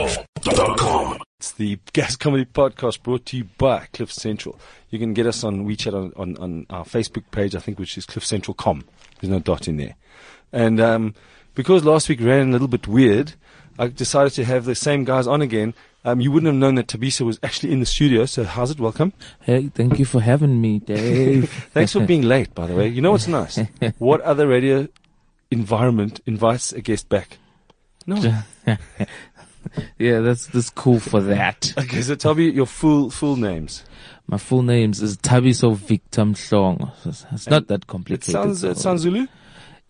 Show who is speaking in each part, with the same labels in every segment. Speaker 1: CliffCentral.com.
Speaker 2: It's the Gas Comedy Podcast brought to you by Cliff Central. You can get us on WeChat on, on, on our Facebook page, I think, which is cliffcentral.com. There's no dot in there. And um, because last week ran a little bit weird, I decided to have the same guys on again. Um, you wouldn't have known that Tabisa was actually in the studio, so how's it? Welcome.
Speaker 3: Hey, thank you for having me, Dave.
Speaker 2: Thanks for being late, by the way. You know what's nice? What other radio environment invites a guest back? No.
Speaker 3: yeah, that's that's cool for that.
Speaker 2: Okay, so tell me your full full names.
Speaker 3: My full name is Tabiso Victim Song. It's not that
Speaker 2: It
Speaker 3: complicated.
Speaker 2: sounds it sounds Zulu.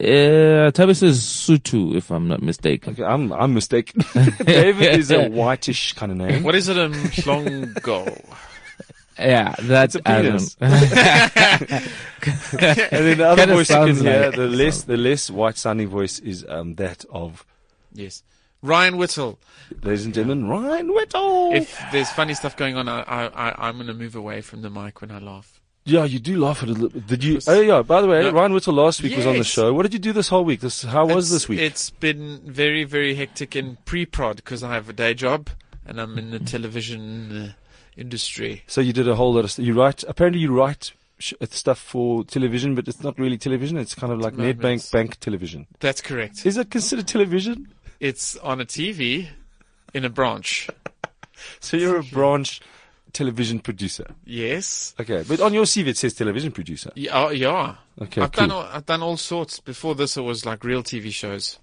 Speaker 3: Uh, Tabiso is Sutu, if I'm not mistaken.
Speaker 2: Okay, I'm I'm mistaken. David is a whitish kind of name.
Speaker 4: What is it in Mhlongo?
Speaker 3: Yeah, that's
Speaker 2: It's a penis. And then the other
Speaker 3: Kinda
Speaker 2: voice you can
Speaker 3: sounds like-
Speaker 2: hear, the less the less white sounding voice is um, that of
Speaker 4: yes. Ryan Whittle.
Speaker 2: ladies and gentlemen Ryan Whittle.
Speaker 4: If there's funny stuff going on, I, I, I, I'm going to move away from the mic when I laugh.
Speaker 2: yeah, you do laugh at a little. Did you? Oh yeah. By the way,
Speaker 4: No.
Speaker 2: Ryan Whittle last week was on the
Speaker 4: Yes.
Speaker 2: show. What did you do this whole week? This how was
Speaker 4: It's-
Speaker 2: this week?
Speaker 4: It's been very, very hectic in pre-prod because I have a day job and I'm in the television uh, industry.
Speaker 2: so you did a whole lot of. st- You write. Apparently, you write sh- uh, stuff for television, but it's not really television. It's kind of like
Speaker 4: No, but
Speaker 2: Nedbank
Speaker 4: it's-
Speaker 2: Bank television.
Speaker 4: That's correct.
Speaker 2: Is that considered television?
Speaker 4: It's on a TV in a branch.
Speaker 2: So you're a branch television producer.
Speaker 4: Yes.
Speaker 2: Okay, but on your CV it says television producer.
Speaker 4: Yeah. oh, yeah.
Speaker 2: Okay,
Speaker 4: I've,
Speaker 2: cool.
Speaker 4: done all, I've done all sorts. Before this, it was like real TV shows.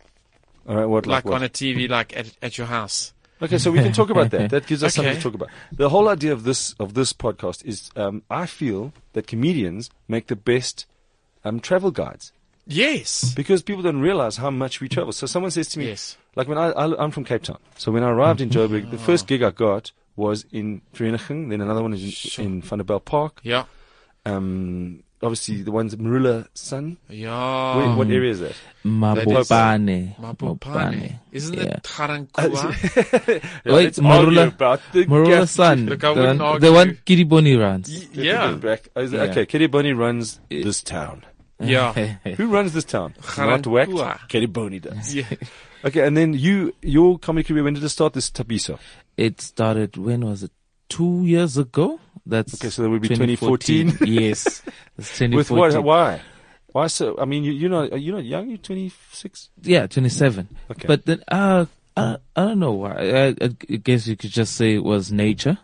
Speaker 2: All right, what
Speaker 4: Like,
Speaker 2: what?
Speaker 4: on a TV, like at, at your house.
Speaker 2: Okay, so we can talk about that. That gives us something to
Speaker 4: Okay.
Speaker 2: talk about. The whole idea of this of this podcast is, um, I feel that comedians make the best um, travel guides
Speaker 4: Yes.
Speaker 2: because people don't realize how much we travel. So someone says to me,
Speaker 4: Yes.
Speaker 2: like when I, I I'm from Cape Town, so when I arrived in Joburg, the
Speaker 4: Oh.
Speaker 2: first gig I got was in Vereniging, then another one is in, in Vanderbijl Park.
Speaker 4: Yeah.
Speaker 2: Um, obviously the ones at Marula Sun.
Speaker 4: Yeah.
Speaker 2: Wait, what area is that?
Speaker 3: Mabopane.
Speaker 4: Mapopane. Isn't
Speaker 3: Yeah.
Speaker 4: it Tarankua?
Speaker 2: Yeah,
Speaker 3: Wait,
Speaker 2: let's argue
Speaker 3: Marula-
Speaker 2: about the
Speaker 3: Marula
Speaker 2: gap.
Speaker 3: Sun.
Speaker 4: Look, I
Speaker 3: the
Speaker 4: wouldn't
Speaker 3: one, the one Kiriboni runs.
Speaker 4: Y- yeah.
Speaker 2: Back. I was-
Speaker 3: Yeah.
Speaker 2: Okay, Kitty Bunny runs this town.
Speaker 4: Yeah.
Speaker 2: Who runs this town? Not
Speaker 4: Garantua.
Speaker 2: whacked. Katie Boney does.
Speaker 4: yeah.
Speaker 2: Okay, and then you, your comedy career, when did it start? This Tabiso.
Speaker 3: It started when was it? Two years ago. That's
Speaker 2: Okay, so that would be 2014.
Speaker 3: yes, it's 2014.
Speaker 2: With what? Why? Why so? I mean, you, you're not, you're not young. You're 26.
Speaker 3: Yeah, 27.
Speaker 2: Okay.
Speaker 3: But then, uh, I, I don't know why. I, I I guess you could just say it was nature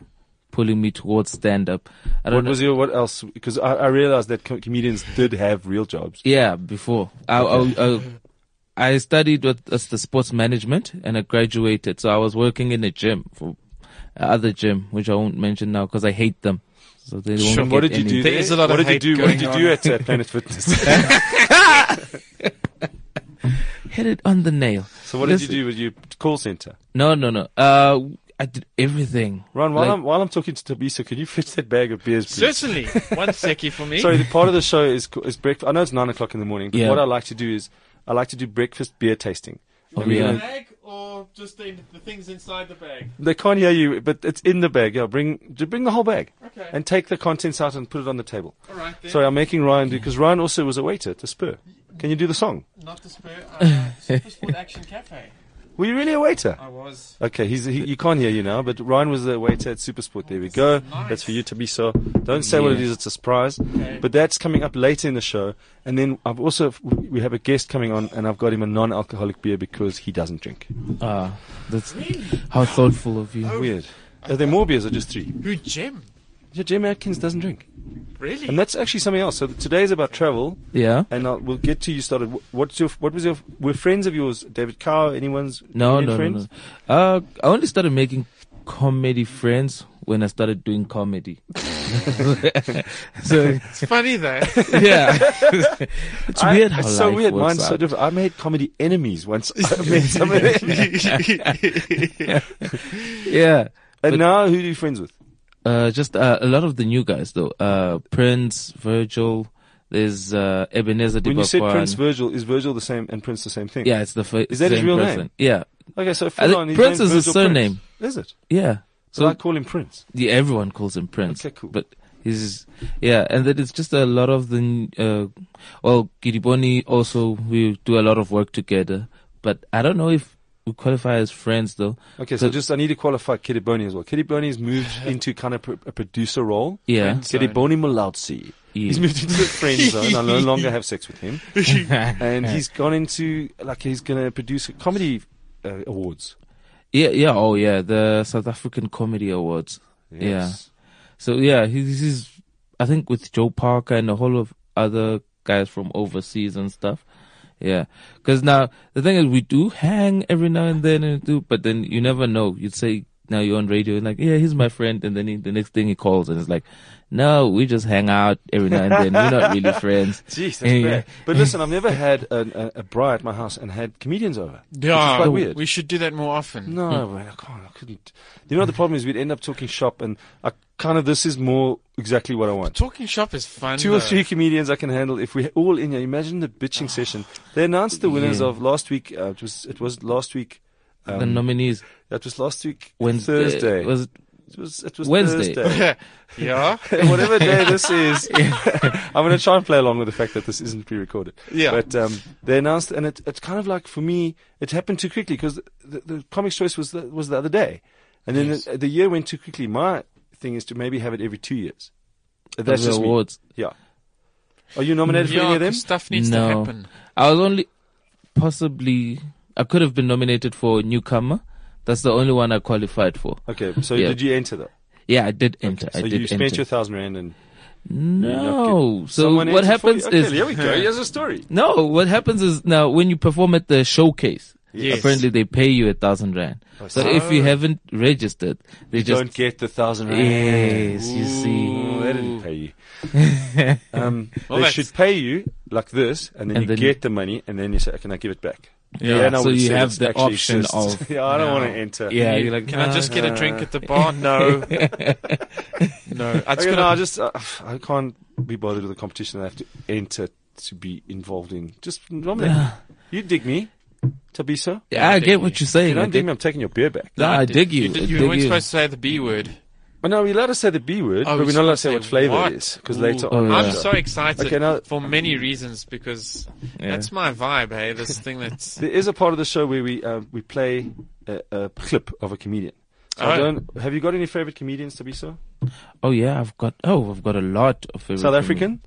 Speaker 3: pulling me towards stand up. I
Speaker 2: What
Speaker 3: don't know.
Speaker 2: was your? What else? Because I, I realized that co- comedians did have real jobs.
Speaker 3: Yeah, before. I, I, I, I studied what, as the sports management and I graduated. So I was working in a gym for other gym, which I won't mention now because I hate them. So they
Speaker 4: Sure.
Speaker 3: won't
Speaker 2: What
Speaker 3: get
Speaker 2: did you do?
Speaker 3: any-
Speaker 4: There
Speaker 2: there?
Speaker 4: is a lot
Speaker 2: what
Speaker 4: of
Speaker 2: did
Speaker 4: hate
Speaker 2: you do? What did you
Speaker 4: going
Speaker 2: do
Speaker 4: on.
Speaker 2: at uh, Planet Fitness?
Speaker 3: Hit it on the nail.
Speaker 2: so what did you
Speaker 3: Listen.
Speaker 2: do with your call center?
Speaker 3: No, no, no. Uh, I did everything.
Speaker 2: Ron, while
Speaker 3: Like-
Speaker 2: I'm while I'm talking to Tabiso, can you fetch that bag of beers, please?
Speaker 4: Certainly. One secchi for me.
Speaker 2: Sorry, the part of the show is is breakfast. I know it's nine o'clock in the morning, but
Speaker 3: Yeah.
Speaker 2: what I like to do is I like to do breakfast beer tasting.
Speaker 3: Oh,
Speaker 2: we
Speaker 3: yeah.
Speaker 2: gonna-
Speaker 4: bag or just the, the things inside the bag?
Speaker 2: They can't hear you, but it's in the bag. Yeah, bring ju- bring the whole bag
Speaker 4: Okay.
Speaker 2: and take the contents out and put it on the table.
Speaker 4: All right then.
Speaker 2: Sorry, I'm making Ryan do because Ryan also was a waiter at the Spur. Can you do the song?
Speaker 4: Not the spur. Uh, Super Sport Action Cafe.
Speaker 2: Were you really a waiter?
Speaker 4: I was.
Speaker 2: Okay, he's he, you can't hear you now, but Ryan was the waiter at Supersport. There we go.
Speaker 4: nice.
Speaker 2: That's for you to be so. Don't say what it
Speaker 3: Yeah.
Speaker 2: is; it's a surprise. But that's coming up later in the show, and then I've also we have a guest coming on, and I've got him a non-alcoholic beer because he doesn't drink.
Speaker 3: Ah, that's how thoughtful of you.
Speaker 2: Weird. Are there more beers or just three?
Speaker 4: Who Jim?
Speaker 2: Yeah, Jim Atkins doesn't drink,
Speaker 4: Really?
Speaker 2: and that's actually something else. So today is about travel,
Speaker 3: Yeah.
Speaker 2: and I'll, we'll get to you started. Wh- What's your what was your were friends of yours David Cow? Anyone's
Speaker 3: No,
Speaker 2: any
Speaker 3: no, no,
Speaker 2: friends?
Speaker 3: no. Uh, I only started making comedy friends when I started doing comedy. so
Speaker 4: It's funny that.
Speaker 3: yeah, it's
Speaker 2: I-
Speaker 3: weird how
Speaker 2: it's so
Speaker 3: life
Speaker 2: weird.
Speaker 3: works
Speaker 2: Mine's so
Speaker 3: out.
Speaker 2: different. I made comedy enemies once. I made some of them.
Speaker 3: yeah.
Speaker 2: And
Speaker 3: But-
Speaker 2: now, who are you friends with?
Speaker 3: Uh, just uh, a lot of the new guys though. Uh, Prince, Virgil. There's uh, Ebenezer
Speaker 2: When you said
Speaker 3: Debakwan.
Speaker 2: Prince Virgil, is Virgil the same and Prince the same thing?
Speaker 3: yeah, it's the first.
Speaker 2: Is that his real name?
Speaker 3: person. Yeah,
Speaker 2: Okay, so
Speaker 3: I
Speaker 2: full
Speaker 3: think
Speaker 2: on, his
Speaker 3: Prince
Speaker 2: name's
Speaker 3: is his
Speaker 2: Virgil Prince.
Speaker 3: surname.
Speaker 2: Is it?
Speaker 3: yeah.
Speaker 2: So
Speaker 3: So
Speaker 2: I call him Prince.
Speaker 3: yeah, everyone calls him Prince.
Speaker 2: Okay, cool.
Speaker 3: But he's yeah, and then it's just a lot of the uh, well, Giriboni also we do a lot of work together, but I don't know if we qualify as friends though.
Speaker 2: Okay, so
Speaker 3: So-
Speaker 2: just I need to qualify Kidiboni as well. Kidiboni's moved into kind of pr- a producer role.
Speaker 3: Yeah.
Speaker 4: Friends.
Speaker 2: Kidiboni Malautsi.
Speaker 3: yeah.
Speaker 2: He's moved into the friend zone. I no longer have sex with him. And he's gone into, like, he's going to produce a comedy uh, awards.
Speaker 3: yeah, yeah, oh yeah, the South African Comedy Awards. So yeah, he's, he's I think with Joe Parker and a whole of other guys from overseas and stuff. Yeah, because now the thing is, we do hang every now and then, and do, but then you never know. You'd say now you're on radio and like, yeah, he's my friend, and then he, the next thing he calls and it's like, no, we just hang out every now and then. We're not really friends.
Speaker 2: Jeez, that's
Speaker 3: Yeah.
Speaker 2: bad. But listen, I've never had an, a, a bri at my house and had comedians over.
Speaker 4: Yeah,
Speaker 2: quite weird.
Speaker 4: we should do that more often.
Speaker 2: No,
Speaker 3: Hmm.
Speaker 2: man, I can't. I couldn't. You know what the problem is? We'd end up talking shop, and I kind of this is more exactly what I want.
Speaker 4: Talking shop is fun.
Speaker 2: Two
Speaker 3: uh,
Speaker 2: or
Speaker 4: though.
Speaker 2: three comedians I can handle if we're all in here. Imagine the bitching session. They announced the winners
Speaker 3: Yeah.
Speaker 2: of last week. Uh, it was it was last week.
Speaker 3: the
Speaker 2: Um,
Speaker 3: nominees
Speaker 2: that was last week
Speaker 3: Wednesday
Speaker 2: Thursday.
Speaker 3: was
Speaker 2: it was it was
Speaker 3: Wednesday.
Speaker 2: Thursday.
Speaker 4: yeah,
Speaker 2: Whatever day this is, I'm going to try and play along with the fact that this isn't pre-recorded.
Speaker 4: yeah.
Speaker 2: But um, they announced, and it, it's kind of like for me, it happened too quickly because the, the Comics Choice was the, was the other day, and then
Speaker 4: Yes.
Speaker 2: the, the year went too quickly. My thing is to maybe have it every two years. That's
Speaker 3: the
Speaker 2: just me.
Speaker 3: awards.
Speaker 2: Yeah. Are you nominated for
Speaker 4: yeah,
Speaker 2: any of
Speaker 4: 'cause
Speaker 2: them?
Speaker 4: stuff needs
Speaker 3: No.
Speaker 4: to happen.
Speaker 3: I was only possibly I could have been nominated for newcomer. That's the only one I qualified for.
Speaker 2: Okay, so
Speaker 3: Yeah.
Speaker 2: did you enter though?
Speaker 3: Yeah, I did enter.
Speaker 2: so
Speaker 3: I did
Speaker 2: you spent
Speaker 3: enter.
Speaker 2: your thousand rand and
Speaker 3: no. So
Speaker 2: someone
Speaker 3: what
Speaker 2: entered for you?
Speaker 3: happens
Speaker 2: Okay,
Speaker 3: is
Speaker 2: here we go. Here's a story.
Speaker 3: no. What happens is now when you perform at the showcase,
Speaker 4: Yes.
Speaker 3: apparently they pay you a thousand rand. So if you haven't registered,
Speaker 2: Oh,
Speaker 3: they
Speaker 2: You
Speaker 3: just
Speaker 2: don't get the thousand rand.
Speaker 3: yes, you see.
Speaker 2: Ooh, they didn't pay you. um,
Speaker 4: Well,
Speaker 2: they
Speaker 4: that's-
Speaker 2: should pay you like this, and then
Speaker 3: And
Speaker 2: you
Speaker 3: then-
Speaker 2: get the money, and then you say, "Can I give it back?"
Speaker 4: Yeah.
Speaker 2: Then I
Speaker 3: So
Speaker 2: would
Speaker 3: you
Speaker 2: say
Speaker 3: have
Speaker 2: it
Speaker 3: the
Speaker 2: actually
Speaker 3: option
Speaker 2: exists.
Speaker 3: of-
Speaker 2: yeah, I don't
Speaker 4: No.
Speaker 2: want to enter.
Speaker 3: Yeah,
Speaker 4: You-
Speaker 3: you're like, "Uh,
Speaker 4: can I just get a
Speaker 2: nah.
Speaker 4: drink at the bar? No, no. That's
Speaker 2: Okay, no, I
Speaker 4: gonna.
Speaker 2: just uh, I can't be bothered with the competition. I have to enter to be involved in. Just nominate. me. You dig me, Tabiso?
Speaker 3: Yeah, I get what you're
Speaker 2: If
Speaker 3: saying.
Speaker 2: you
Speaker 3: I
Speaker 2: don't dig
Speaker 3: dig,
Speaker 2: me, I'm taking your beer back.
Speaker 3: no, I dig you.
Speaker 4: You,
Speaker 3: I
Speaker 4: did, you
Speaker 3: dig
Speaker 4: weren't
Speaker 3: you.
Speaker 4: supposed to say the B word.
Speaker 2: Well, no, we're allowed to say the B word,
Speaker 4: Oh,
Speaker 2: but
Speaker 4: we
Speaker 2: we're not allowed to
Speaker 4: should
Speaker 2: say what
Speaker 4: say
Speaker 2: flavor
Speaker 4: what?
Speaker 2: it is because
Speaker 4: Ooh.
Speaker 2: later
Speaker 3: Oh,
Speaker 2: on.
Speaker 4: I'm
Speaker 3: yeah.
Speaker 4: so excited
Speaker 2: Okay, now-
Speaker 4: for many reasons because
Speaker 3: Yeah.
Speaker 4: that's my vibe. Hey, this thing that's
Speaker 2: There is a part of the show where we uh, we play a, a clip of a comedian. So I
Speaker 4: Oh.
Speaker 2: don't, have you got any favorite comedians, Tabiso?
Speaker 3: Oh yeah, I've got. Oh, I've got a lot of favorite
Speaker 2: South
Speaker 3: comedians.
Speaker 2: African?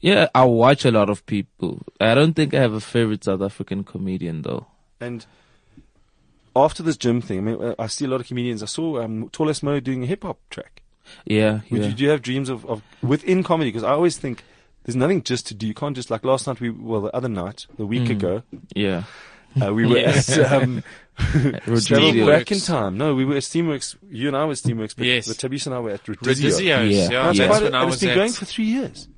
Speaker 3: Yeah, I watch a lot of people. I don't think I have a favorite South African comedian though.
Speaker 2: And after this gym thing, I mean, uh, I see a lot of comedians. I saw um, Tallest Mo doing a hip hop track.
Speaker 3: Yeah,
Speaker 2: Would
Speaker 3: yeah.
Speaker 2: you, do you have dreams of, of within comedy? Because I always think there's nothing just to do. You can't just, like last night, we well, the other night, the week
Speaker 3: Mm.
Speaker 2: ago,
Speaker 3: yeah.
Speaker 2: uh, we were at. Um, Travel
Speaker 3: Rodrigo.
Speaker 2: back
Speaker 4: Steamworks.
Speaker 2: in time. No, we were at Steamworks. You and I were at Steamworks, but
Speaker 4: Yes.
Speaker 2: the Tabiso and I were at Rodizio.
Speaker 4: Redizios.
Speaker 3: Yeah.
Speaker 4: Uh, Yeah,
Speaker 2: And
Speaker 3: That's
Speaker 4: that's
Speaker 2: it's quite
Speaker 4: when
Speaker 2: a-
Speaker 4: I
Speaker 2: and
Speaker 4: was
Speaker 2: it's been
Speaker 4: at.
Speaker 2: going for three years.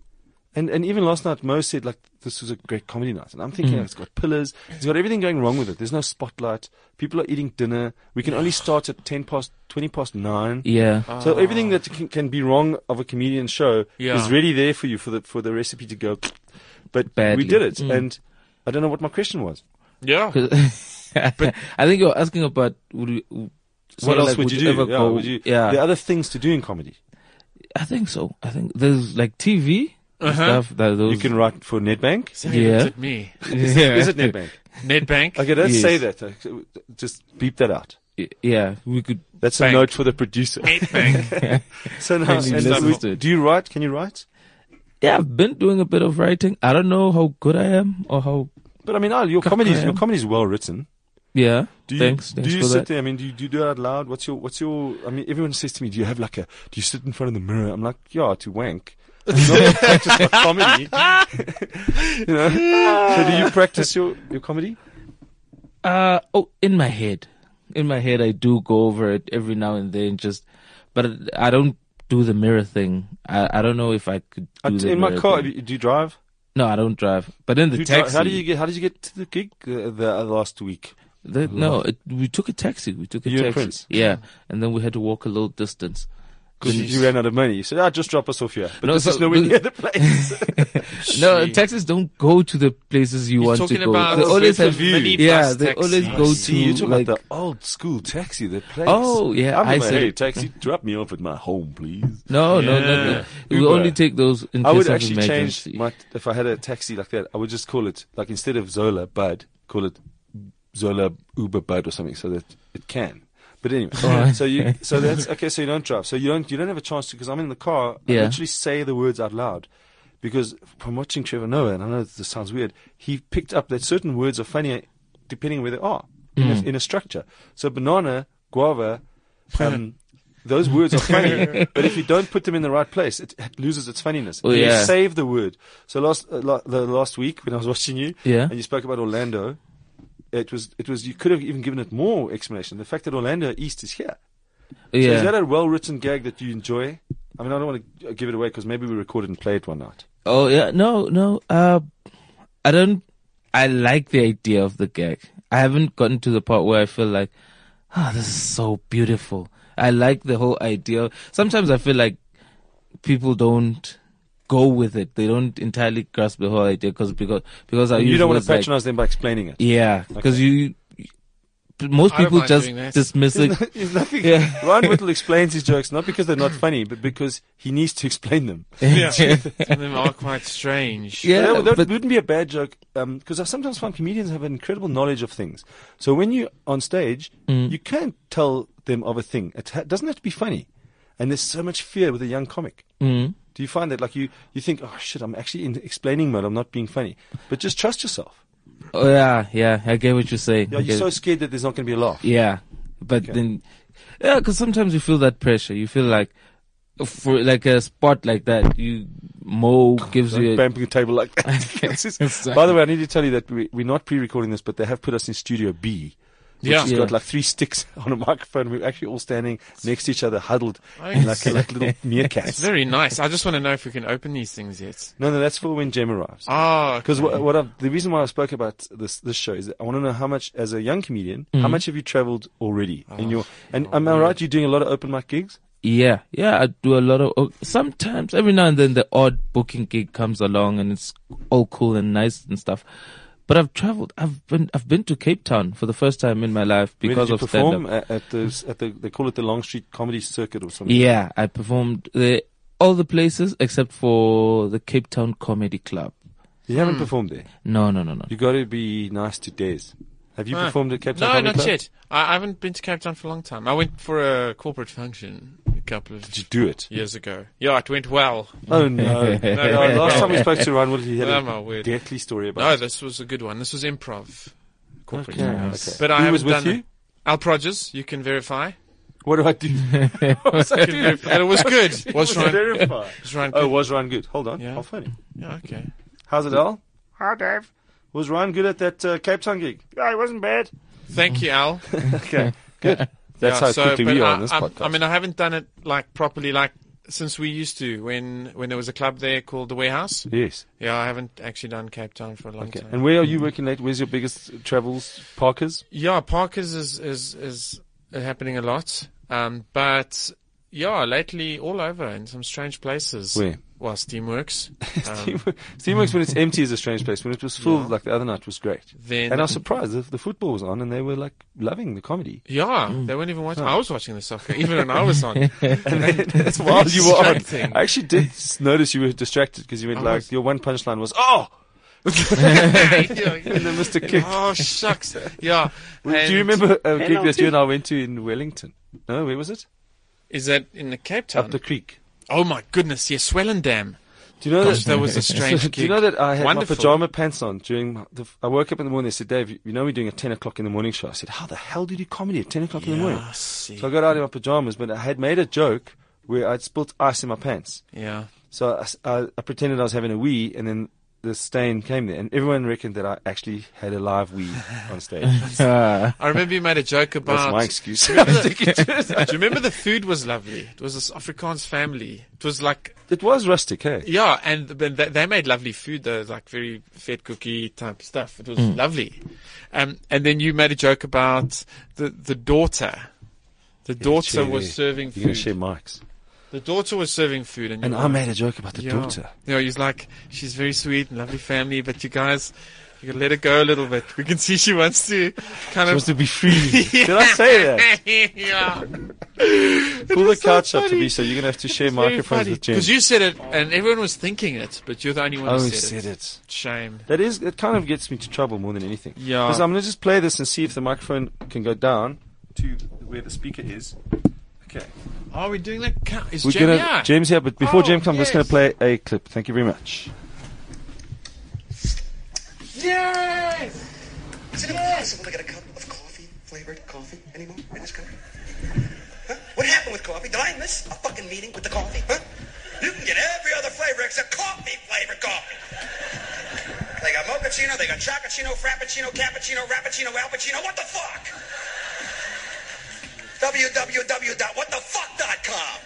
Speaker 2: And and even last night, Mo said like this was a great comedy night, and I'm thinking it's got pillars, it's got everything going wrong with it. There's no spotlight. People are eating dinner. We can only start at ten past, twenty past nine.
Speaker 3: Yeah.
Speaker 2: So
Speaker 4: Oh.
Speaker 2: everything that can, can be wrong of a comedian show
Speaker 4: Yeah.
Speaker 2: is really there for you for the for the recipe to go. But
Speaker 3: Badly.
Speaker 2: we did it,
Speaker 3: Mm.
Speaker 2: and I don't know what my question was.
Speaker 4: yeah,
Speaker 3: 'Cause- I think you're asking about would we, would-
Speaker 2: what
Speaker 3: sort of
Speaker 2: else
Speaker 3: like,
Speaker 2: would, you do?
Speaker 3: ever
Speaker 2: Yeah,
Speaker 3: go-
Speaker 2: would you-
Speaker 3: yeah.
Speaker 2: There are other things to do in comedy.
Speaker 3: I think so. I think there's like TV and
Speaker 4: Uh-huh.
Speaker 3: stuff that those
Speaker 2: You can write for Nedbank.
Speaker 4: So he looked
Speaker 3: Yeah.
Speaker 4: at me.
Speaker 3: yeah.
Speaker 2: Is it Nedbank?
Speaker 4: Nedbank.
Speaker 2: Okay, don't
Speaker 3: Yes.
Speaker 2: say that. Uh, Just beep that out.
Speaker 3: Yeah, we could
Speaker 2: That's
Speaker 4: Bank.
Speaker 2: a note for the producer.
Speaker 4: Nedbank.
Speaker 2: so now,
Speaker 3: Really
Speaker 2: and
Speaker 3: listens
Speaker 2: we-
Speaker 3: to it.
Speaker 2: do you write? Can you write?
Speaker 3: Yeah, I've been doing a bit of writing. I don't know how good I am or how
Speaker 2: But I mean, Al, your comedy is
Speaker 3: yeah.
Speaker 2: your comedy is well written.
Speaker 3: yeah.
Speaker 2: Do you,
Speaker 3: thanks,
Speaker 2: do
Speaker 3: thanks
Speaker 2: you
Speaker 3: for
Speaker 2: sit
Speaker 3: that.
Speaker 2: there? I mean, do you, do you do it out loud? What's your what's your? I mean, everyone says to me, "Do you have like a? Do you sit in front of the mirror?" I'm like, "Yeah, to wank." I'm not gonna practice my comedy. you know. So do you practice your your comedy?
Speaker 3: Uh oh, in my head, in my head, I do go over it every now and then. Just, but I don't do the mirror thing. I, I don't know if I could.
Speaker 2: Uh,
Speaker 3: Do the
Speaker 2: in my
Speaker 3: mirror
Speaker 2: car,
Speaker 3: thing.
Speaker 2: do you drive?
Speaker 3: No, I don't drive. But in the
Speaker 2: Do you dri-
Speaker 3: taxi,
Speaker 2: how do you get? How did you get to the gig uh, the uh, last week?
Speaker 3: the- no, it, we took a taxi. We took a
Speaker 2: You and
Speaker 3: taxi.
Speaker 2: Prince?
Speaker 3: Yeah, and then we had to walk a little distance.
Speaker 2: Because you ran out of money. You said, "Ah, just drop us off here." But
Speaker 3: No,
Speaker 2: this
Speaker 3: so-
Speaker 2: is nowhere
Speaker 3: but-
Speaker 2: near the place.
Speaker 3: No,
Speaker 4: Gee.
Speaker 3: taxis don't go to the places you
Speaker 4: You're
Speaker 3: want to
Speaker 4: talking
Speaker 3: go.
Speaker 4: about
Speaker 3: they
Speaker 4: the
Speaker 3: always have
Speaker 4: view. minibus
Speaker 3: Yeah, they
Speaker 4: taxi.
Speaker 3: always
Speaker 4: I
Speaker 3: go
Speaker 2: See, you
Speaker 3: to
Speaker 2: talk
Speaker 3: like
Speaker 2: about the old school taxi, the place.
Speaker 3: Oh, yeah,
Speaker 2: I'm
Speaker 3: I
Speaker 2: in my
Speaker 3: said
Speaker 2: hey,
Speaker 3: it.
Speaker 2: taxi, drop me off at my home, please.
Speaker 3: no, no, no,
Speaker 4: Yeah.
Speaker 3: no. We
Speaker 2: Uber.
Speaker 3: only take those in case
Speaker 2: I would
Speaker 3: of
Speaker 2: actually
Speaker 3: emergency.
Speaker 2: change my if I had a taxi like that. I would just call it like instead of Zola, Bud, call it Zola Uber boat or something so that it can. But anyway,
Speaker 3: Alright.
Speaker 2: so you so that's okay. So you don't drive. So you don't you don't have a chance to because I'm in the car. I
Speaker 3: Yeah.
Speaker 2: literally say the words out loud because from watching Trevor Noah, and I know this sounds weird, he picked up that certain words are funnier depending on where they are in,
Speaker 3: Mm.
Speaker 2: a, in a structure. So banana, guava, um, those words are funny, but if you don't put them in the right place, it, it loses its funniness.
Speaker 3: Oh,
Speaker 2: And
Speaker 3: yeah.
Speaker 2: You save the word. So last uh, la- the last week when I was watching you,
Speaker 3: Yeah.
Speaker 2: and you spoke about Orlando. It was, it was. You could have even given it more explanation. The fact that Orlando East is here, so
Speaker 3: Yeah.
Speaker 2: is that a well-written gag that you enjoy? I mean, I don't want to give it away because maybe we record it and play it one night.
Speaker 3: oh yeah. No, no. Uh, I don't. I like the idea of the gag. I haven't gotten to the part where I feel like, ah, this is so beautiful. I like the whole idea. Sometimes I feel like people don't go with it. They don't entirely grasp the whole idea because because because I
Speaker 2: And you don't want to
Speaker 3: usually was like-
Speaker 2: patronize them by explaining it.
Speaker 3: Yeah, because you, you- most
Speaker 4: I don't
Speaker 3: people
Speaker 4: mind
Speaker 3: just
Speaker 4: doing that.
Speaker 3: dismiss it.
Speaker 2: There's nothing.
Speaker 3: Yeah.
Speaker 2: Ryan Whittle explains his jokes not because they're not funny, but because he needs to explain them.
Speaker 4: Yeah. Some of them are quite strange.
Speaker 3: Yeah,
Speaker 2: that, that
Speaker 3: but
Speaker 2: wouldn't be a bad joke because I sometimes find comedians have an incredible knowledge of things. So when you're on stage,
Speaker 3: Mm.
Speaker 2: you can tell them of a thing. It ha- doesn't have to be funny. And there's so much fear with a young comic.
Speaker 3: Mm.
Speaker 2: Do you find that like you, you think, oh shit, I'm actually in explaining mode. I'm not being funny. But just trust yourself.
Speaker 3: oh, yeah, yeah, I get what you're saying.
Speaker 2: Yeah,
Speaker 3: I
Speaker 2: you're
Speaker 3: get-
Speaker 2: so scared that there's not going to be a laugh.
Speaker 3: yeah, but
Speaker 2: Okay.
Speaker 3: then, yeah, because sometimes you feel that pressure. You feel like, for like a spot like that, you Mo gives
Speaker 2: Don't
Speaker 3: you. a-
Speaker 2: bump the table like that. This is- By the way, I need to tell you that we, we're not pre-recording this, but they have put us in Studio B. Which
Speaker 4: Yeah.
Speaker 2: has
Speaker 3: Yeah.
Speaker 2: got like three sticks on a microphone. We're actually all standing next to each other, huddled
Speaker 4: I
Speaker 2: in
Speaker 4: mean,
Speaker 2: like, like little
Speaker 4: It's
Speaker 2: meerkats.
Speaker 4: very nice. I just want to know if we can open these things yet.
Speaker 2: No, no, that's for when Jem arrives.
Speaker 4: Ah,
Speaker 2: Because what, what I've, the reason why I spoke about this this show is that I want to know how much, as a young comedian,
Speaker 3: Mm-hmm.
Speaker 2: how much have you travelled already
Speaker 3: Ah,
Speaker 2: in your? And am I right? You're doing a lot of open mic gigs.
Speaker 3: Yeah, yeah, I do a lot of. oh, Sometimes, every now and then, the odd booking gig comes along, and it's all cool and nice and stuff. But I've traveled. I've been. I've been to Cape Town for the first time in my life
Speaker 2: Where
Speaker 3: because
Speaker 2: did you
Speaker 3: of stand-up.
Speaker 2: perform at, at the at the they call it the Long Street Comedy Circuit or something.
Speaker 3: Yeah, I performed the, all the places except for the Cape Town Comedy Club.
Speaker 2: You haven't performed there.
Speaker 3: No, no, no, no.
Speaker 2: You got to be nice to Des. Have you
Speaker 4: Ah.
Speaker 2: performed at Cape Town?
Speaker 4: no,
Speaker 2: Comedy
Speaker 4: not
Speaker 2: Club?
Speaker 4: yet. I, I haven't been to Cape Town for a long time. I went for a corporate function a couple of
Speaker 2: Did you do it?
Speaker 4: years ago. Yeah, it went well.
Speaker 2: Oh no!
Speaker 4: No,
Speaker 2: No, last time we spoke to Ryan, what did he had
Speaker 4: Oh,
Speaker 2: a
Speaker 4: my word.
Speaker 2: deathly story about?
Speaker 4: No,
Speaker 2: it.
Speaker 4: this was a good one. This was improv. Corporate.
Speaker 2: Okay,
Speaker 4: function.
Speaker 2: okay.
Speaker 4: But I
Speaker 2: Who was
Speaker 4: haven't
Speaker 2: with
Speaker 4: done
Speaker 2: you?
Speaker 4: it. Al Proges, you can verify.
Speaker 2: What do I do? What was I
Speaker 4: You can
Speaker 2: doing?
Speaker 4: verify. And it was good. It was Ryan-
Speaker 2: terrifying.
Speaker 4: it was Ryan
Speaker 2: Oh,
Speaker 4: good.
Speaker 2: was Ryan good? Hold on,
Speaker 4: Yeah.
Speaker 2: I'll phone him.
Speaker 4: Yeah, okay.
Speaker 2: How's it, Al? Hi, Dave. Was Ryan good at that uh, Cape Town gig? Yeah, it wasn't bad.
Speaker 4: Thank you, Al.
Speaker 2: Okay, good. That's
Speaker 4: Yeah,
Speaker 2: how
Speaker 4: so,
Speaker 2: quickly
Speaker 4: but
Speaker 2: we are
Speaker 4: I,
Speaker 2: on this
Speaker 4: I'm-
Speaker 2: podcast.
Speaker 4: I mean, I haven't done it like properly, like since we used to when when there was a club there called the Warehouse.
Speaker 2: yes.
Speaker 4: Yeah, I haven't actually done Cape Town for a long
Speaker 2: Okay.
Speaker 4: time.
Speaker 2: And where are you working late? Where's your biggest travels, Parkers?
Speaker 4: Yeah, Parkers is is is happening a lot. Um, but yeah, lately all over in some strange places.
Speaker 2: Where?
Speaker 4: Well, Steamworks. Um,
Speaker 2: Steamworks when it's empty is a strange place. When it was full,
Speaker 4: Yeah.
Speaker 2: like the other night, was great.
Speaker 4: then
Speaker 2: And I was surprised the, the football was on, and they were like loving the comedy.
Speaker 4: yeah,
Speaker 2: Mm.
Speaker 4: they weren't even watching. I was watching the soccer even when I was on.
Speaker 2: And then, that's while you were on.
Speaker 4: distracting. Uh-huh.
Speaker 2: I actually did s- notice you were distracted because you went
Speaker 4: I
Speaker 2: like
Speaker 4: was.
Speaker 2: your one punchline was oh,
Speaker 4: Yeah.
Speaker 2: and then Mr. Kick.
Speaker 4: Oh shucks! Yeah.
Speaker 2: Do you
Speaker 4: and
Speaker 2: remember a gig that you and I went to in Wellington? No, where was it?
Speaker 4: Is that in the Cape Town?
Speaker 2: Up the creek.
Speaker 4: oh my goodness! Yes, Swellendam. Dam.
Speaker 2: Do you know
Speaker 4: Gosh,
Speaker 2: that?
Speaker 4: that was a strange
Speaker 2: Do you
Speaker 4: gig.
Speaker 2: know that I had
Speaker 4: Wonderful.
Speaker 2: my pajama pants on during? My, the, I woke up in the morning. They said, "Dave, you know we're doing a ten o'clock in the morning show." I said, "How the hell do you do comedy at ten o'clock in the morning?"
Speaker 4: Yeah, I see.
Speaker 2: So I got out of my pajamas, but I had made a joke where I'd spilt ice in my pants.
Speaker 4: yeah.
Speaker 2: So I, s- I- I pretended I was having a wee, and then the stain came there, and everyone reckoned that I actually had a live wee on stage.
Speaker 3: Ah,
Speaker 4: I remember you made a joke about.
Speaker 2: That's my excuse.
Speaker 4: Do you remember the food was lovely? It was this Afrikaans family. It was like,
Speaker 2: it was rustic, hey?
Speaker 4: yeah, and th- th- they made lovely food, though, like very fed cookie type stuff. It was lovely. Um, and then you made a joke about the, the daughter. The daughter
Speaker 2: share
Speaker 4: was
Speaker 2: there.
Speaker 4: serving
Speaker 2: You're going to
Speaker 4: food.
Speaker 2: share mics.
Speaker 4: The daughter was serving food, and, you
Speaker 2: And
Speaker 4: were
Speaker 2: I made a joke about the
Speaker 4: Yeah.
Speaker 2: daughter.
Speaker 4: You know, he's like, she's very sweet and lovely family, but you guys, you gotta let her go a little bit. We can see she wants to kind
Speaker 2: She
Speaker 4: of.
Speaker 2: wants to be free. Did I say that?
Speaker 4: yeah.
Speaker 2: Pull the
Speaker 4: was so
Speaker 2: couch up to
Speaker 4: funny.
Speaker 2: be so you're gonna have to share microphones with Jen.
Speaker 4: Because you said it, and everyone was thinking it, but you're the only one
Speaker 2: oh,
Speaker 4: who
Speaker 2: he
Speaker 4: said,
Speaker 2: said
Speaker 4: it.
Speaker 2: it.
Speaker 4: Shame.
Speaker 2: That is, it kind of gets me to trouble more than anything.
Speaker 4: Yeah.
Speaker 2: Because I'm going to just play this and see if the microphone can go down to where the speaker is. Okay.
Speaker 4: Are we doing that? Ca- Is
Speaker 2: We're
Speaker 4: Jem
Speaker 2: gonna,
Speaker 4: here?
Speaker 2: James here, but before
Speaker 4: Oh,
Speaker 2: James comes, I'm just going
Speaker 4: yes.
Speaker 2: to play a clip. Thank you very much.
Speaker 4: Yes!
Speaker 1: Is it impossible to get a cup of coffee, flavored coffee, anymore in this country? Huh? What happened with coffee? Did I miss a fucking meeting with the coffee? Huh? You can get every other flavor except coffee flavored coffee. They got mochaccino, they got chocochino, frappuccino, cappuccino, rappuccino, alpuccino. What the fuck? www.whatthefuck.com.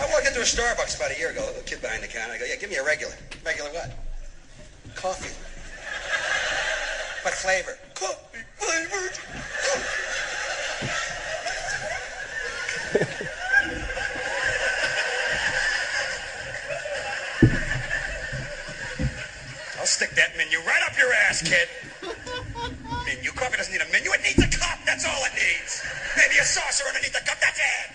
Speaker 1: I walked into a Starbucks about a year ago. A little kid behind the counter. I go, yeah, give me a regular. Regular what? Coffee. what flavor? Coffee flavored. I'll stick that menu right up your ass, kid. menu coffee doesn't need a menu. It needs a cup. That's all it needs. Maybe a saucer underneath the cup. That's it.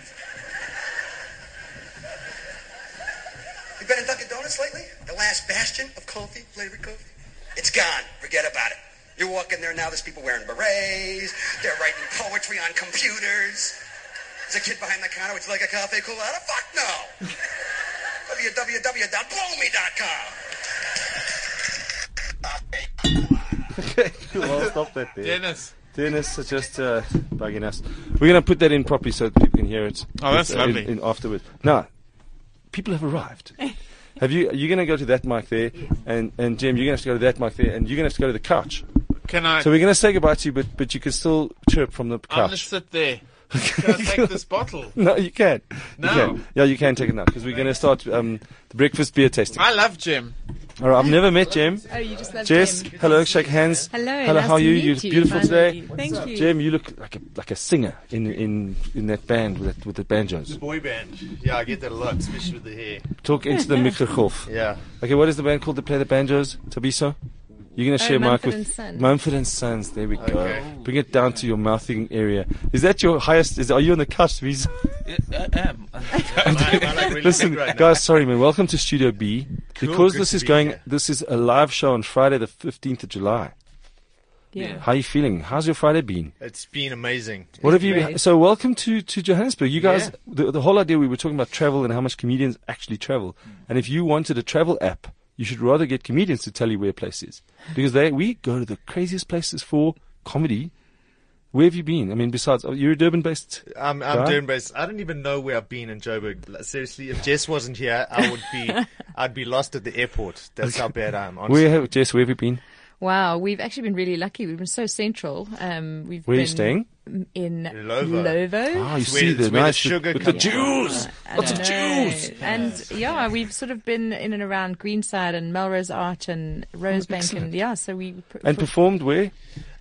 Speaker 1: You been in Dunkin' Donuts lately? The last bastion of coffee, flavored coffee? It's gone. Forget about it. You walk in there now, there's people wearing berets. They're writing poetry on computers. There's a kid behind the counter. Would you like a cafe colada? Fuck no. www.blowme.com.
Speaker 2: well, stop that there.
Speaker 4: Dennis.
Speaker 2: Dennis is just uh, bugging us. We're going to put that in properly so that people can hear it.
Speaker 4: Oh, that's
Speaker 2: in-
Speaker 4: lovely.
Speaker 2: In, afterwards. Now, people have arrived. Have you? You're going to go to that mic there, and and Jim, you're going to have to go to that mic there, and you're going to have to go to the couch.
Speaker 4: Can I?
Speaker 2: So we're going to say goodbye to you, but but you can still chirp from the
Speaker 4: I'm gonna
Speaker 2: couch.
Speaker 4: sit there. Can I take this bottle?
Speaker 2: No, you can.
Speaker 4: No.
Speaker 2: You can. Yeah, you can take it now because we're going to start um, the breakfast beer tasting.
Speaker 4: I love Jim.
Speaker 2: All right, I've never met Jim.
Speaker 5: Oh, you just love
Speaker 2: Jess,
Speaker 5: Jim.
Speaker 2: hello, shake hands.
Speaker 5: Hello,
Speaker 2: hello.
Speaker 5: nice
Speaker 2: how are
Speaker 5: to
Speaker 2: you?
Speaker 5: meet
Speaker 2: You're
Speaker 5: you,
Speaker 2: beautiful
Speaker 5: finally.
Speaker 2: today.
Speaker 5: Thank you.
Speaker 2: Jim, you look like a like a singer in in in that band with that, with the banjos.
Speaker 6: Boy band. Yeah, I get that a lot, especially with the hair.
Speaker 2: Talk into the microphone.
Speaker 6: Yeah.
Speaker 2: Okay, what is the band called that play the banjos? Tabiso. You're gonna
Speaker 5: Oh,
Speaker 2: share mic
Speaker 5: Mumford
Speaker 2: with
Speaker 5: and Son.
Speaker 2: Mumford and Sons. There we go.
Speaker 6: Okay.
Speaker 2: Bring it down to your mouthing area. Is that your highest? Is are you on the couch? Viz?
Speaker 3: I am.
Speaker 6: Mine- mine like really
Speaker 2: Listen,
Speaker 6: big right now.
Speaker 2: guys, sorry man. Welcome to Studio B. because
Speaker 6: good
Speaker 2: this
Speaker 6: to
Speaker 2: is
Speaker 6: be
Speaker 2: going,
Speaker 6: here.
Speaker 2: this is a live show on Friday the 15th of July.
Speaker 5: Yeah.
Speaker 2: How are you feeling? How's your Friday been?
Speaker 6: It's been amazing.
Speaker 2: What have you?
Speaker 5: Great.
Speaker 2: So welcome to, to Johannesburg. You guys,
Speaker 6: Yeah.
Speaker 2: the, the whole idea we were talking about travel and how much comedians actually travel.
Speaker 6: Mm.
Speaker 2: And if you wanted a travel app, you should rather get comedians to tell you where a place is because they we go to the craziest places for comedy. Where have you been? I mean, besides oh, you're a Durban based.
Speaker 6: I'm, I'm
Speaker 2: Right.
Speaker 6: doing based. I don't even know where I've been in Joburg. Like, seriously, if Jess wasn't here, I would be, I'd be lost at the airport. That's how bad I am. Honestly.
Speaker 2: Where have Jess? Where have you been?
Speaker 5: Wow, we've actually been really lucky. We've been so central. Um, we've
Speaker 2: Where are
Speaker 5: been
Speaker 2: you staying?
Speaker 5: In
Speaker 6: Lovo.
Speaker 5: Lovo. Uh,
Speaker 2: Ah, you
Speaker 6: It's where-
Speaker 2: see
Speaker 6: it's
Speaker 2: the
Speaker 6: where the
Speaker 2: nice
Speaker 6: sugar
Speaker 2: with the
Speaker 6: comes
Speaker 2: Jews. Lots of Jews.
Speaker 5: And yeah, we've sort of been in and around Greenside and Melrose Arch and
Speaker 6: Oh,
Speaker 5: Rosebank, and yeah, so we. pr-
Speaker 2: And
Speaker 5: pr-
Speaker 2: performed where?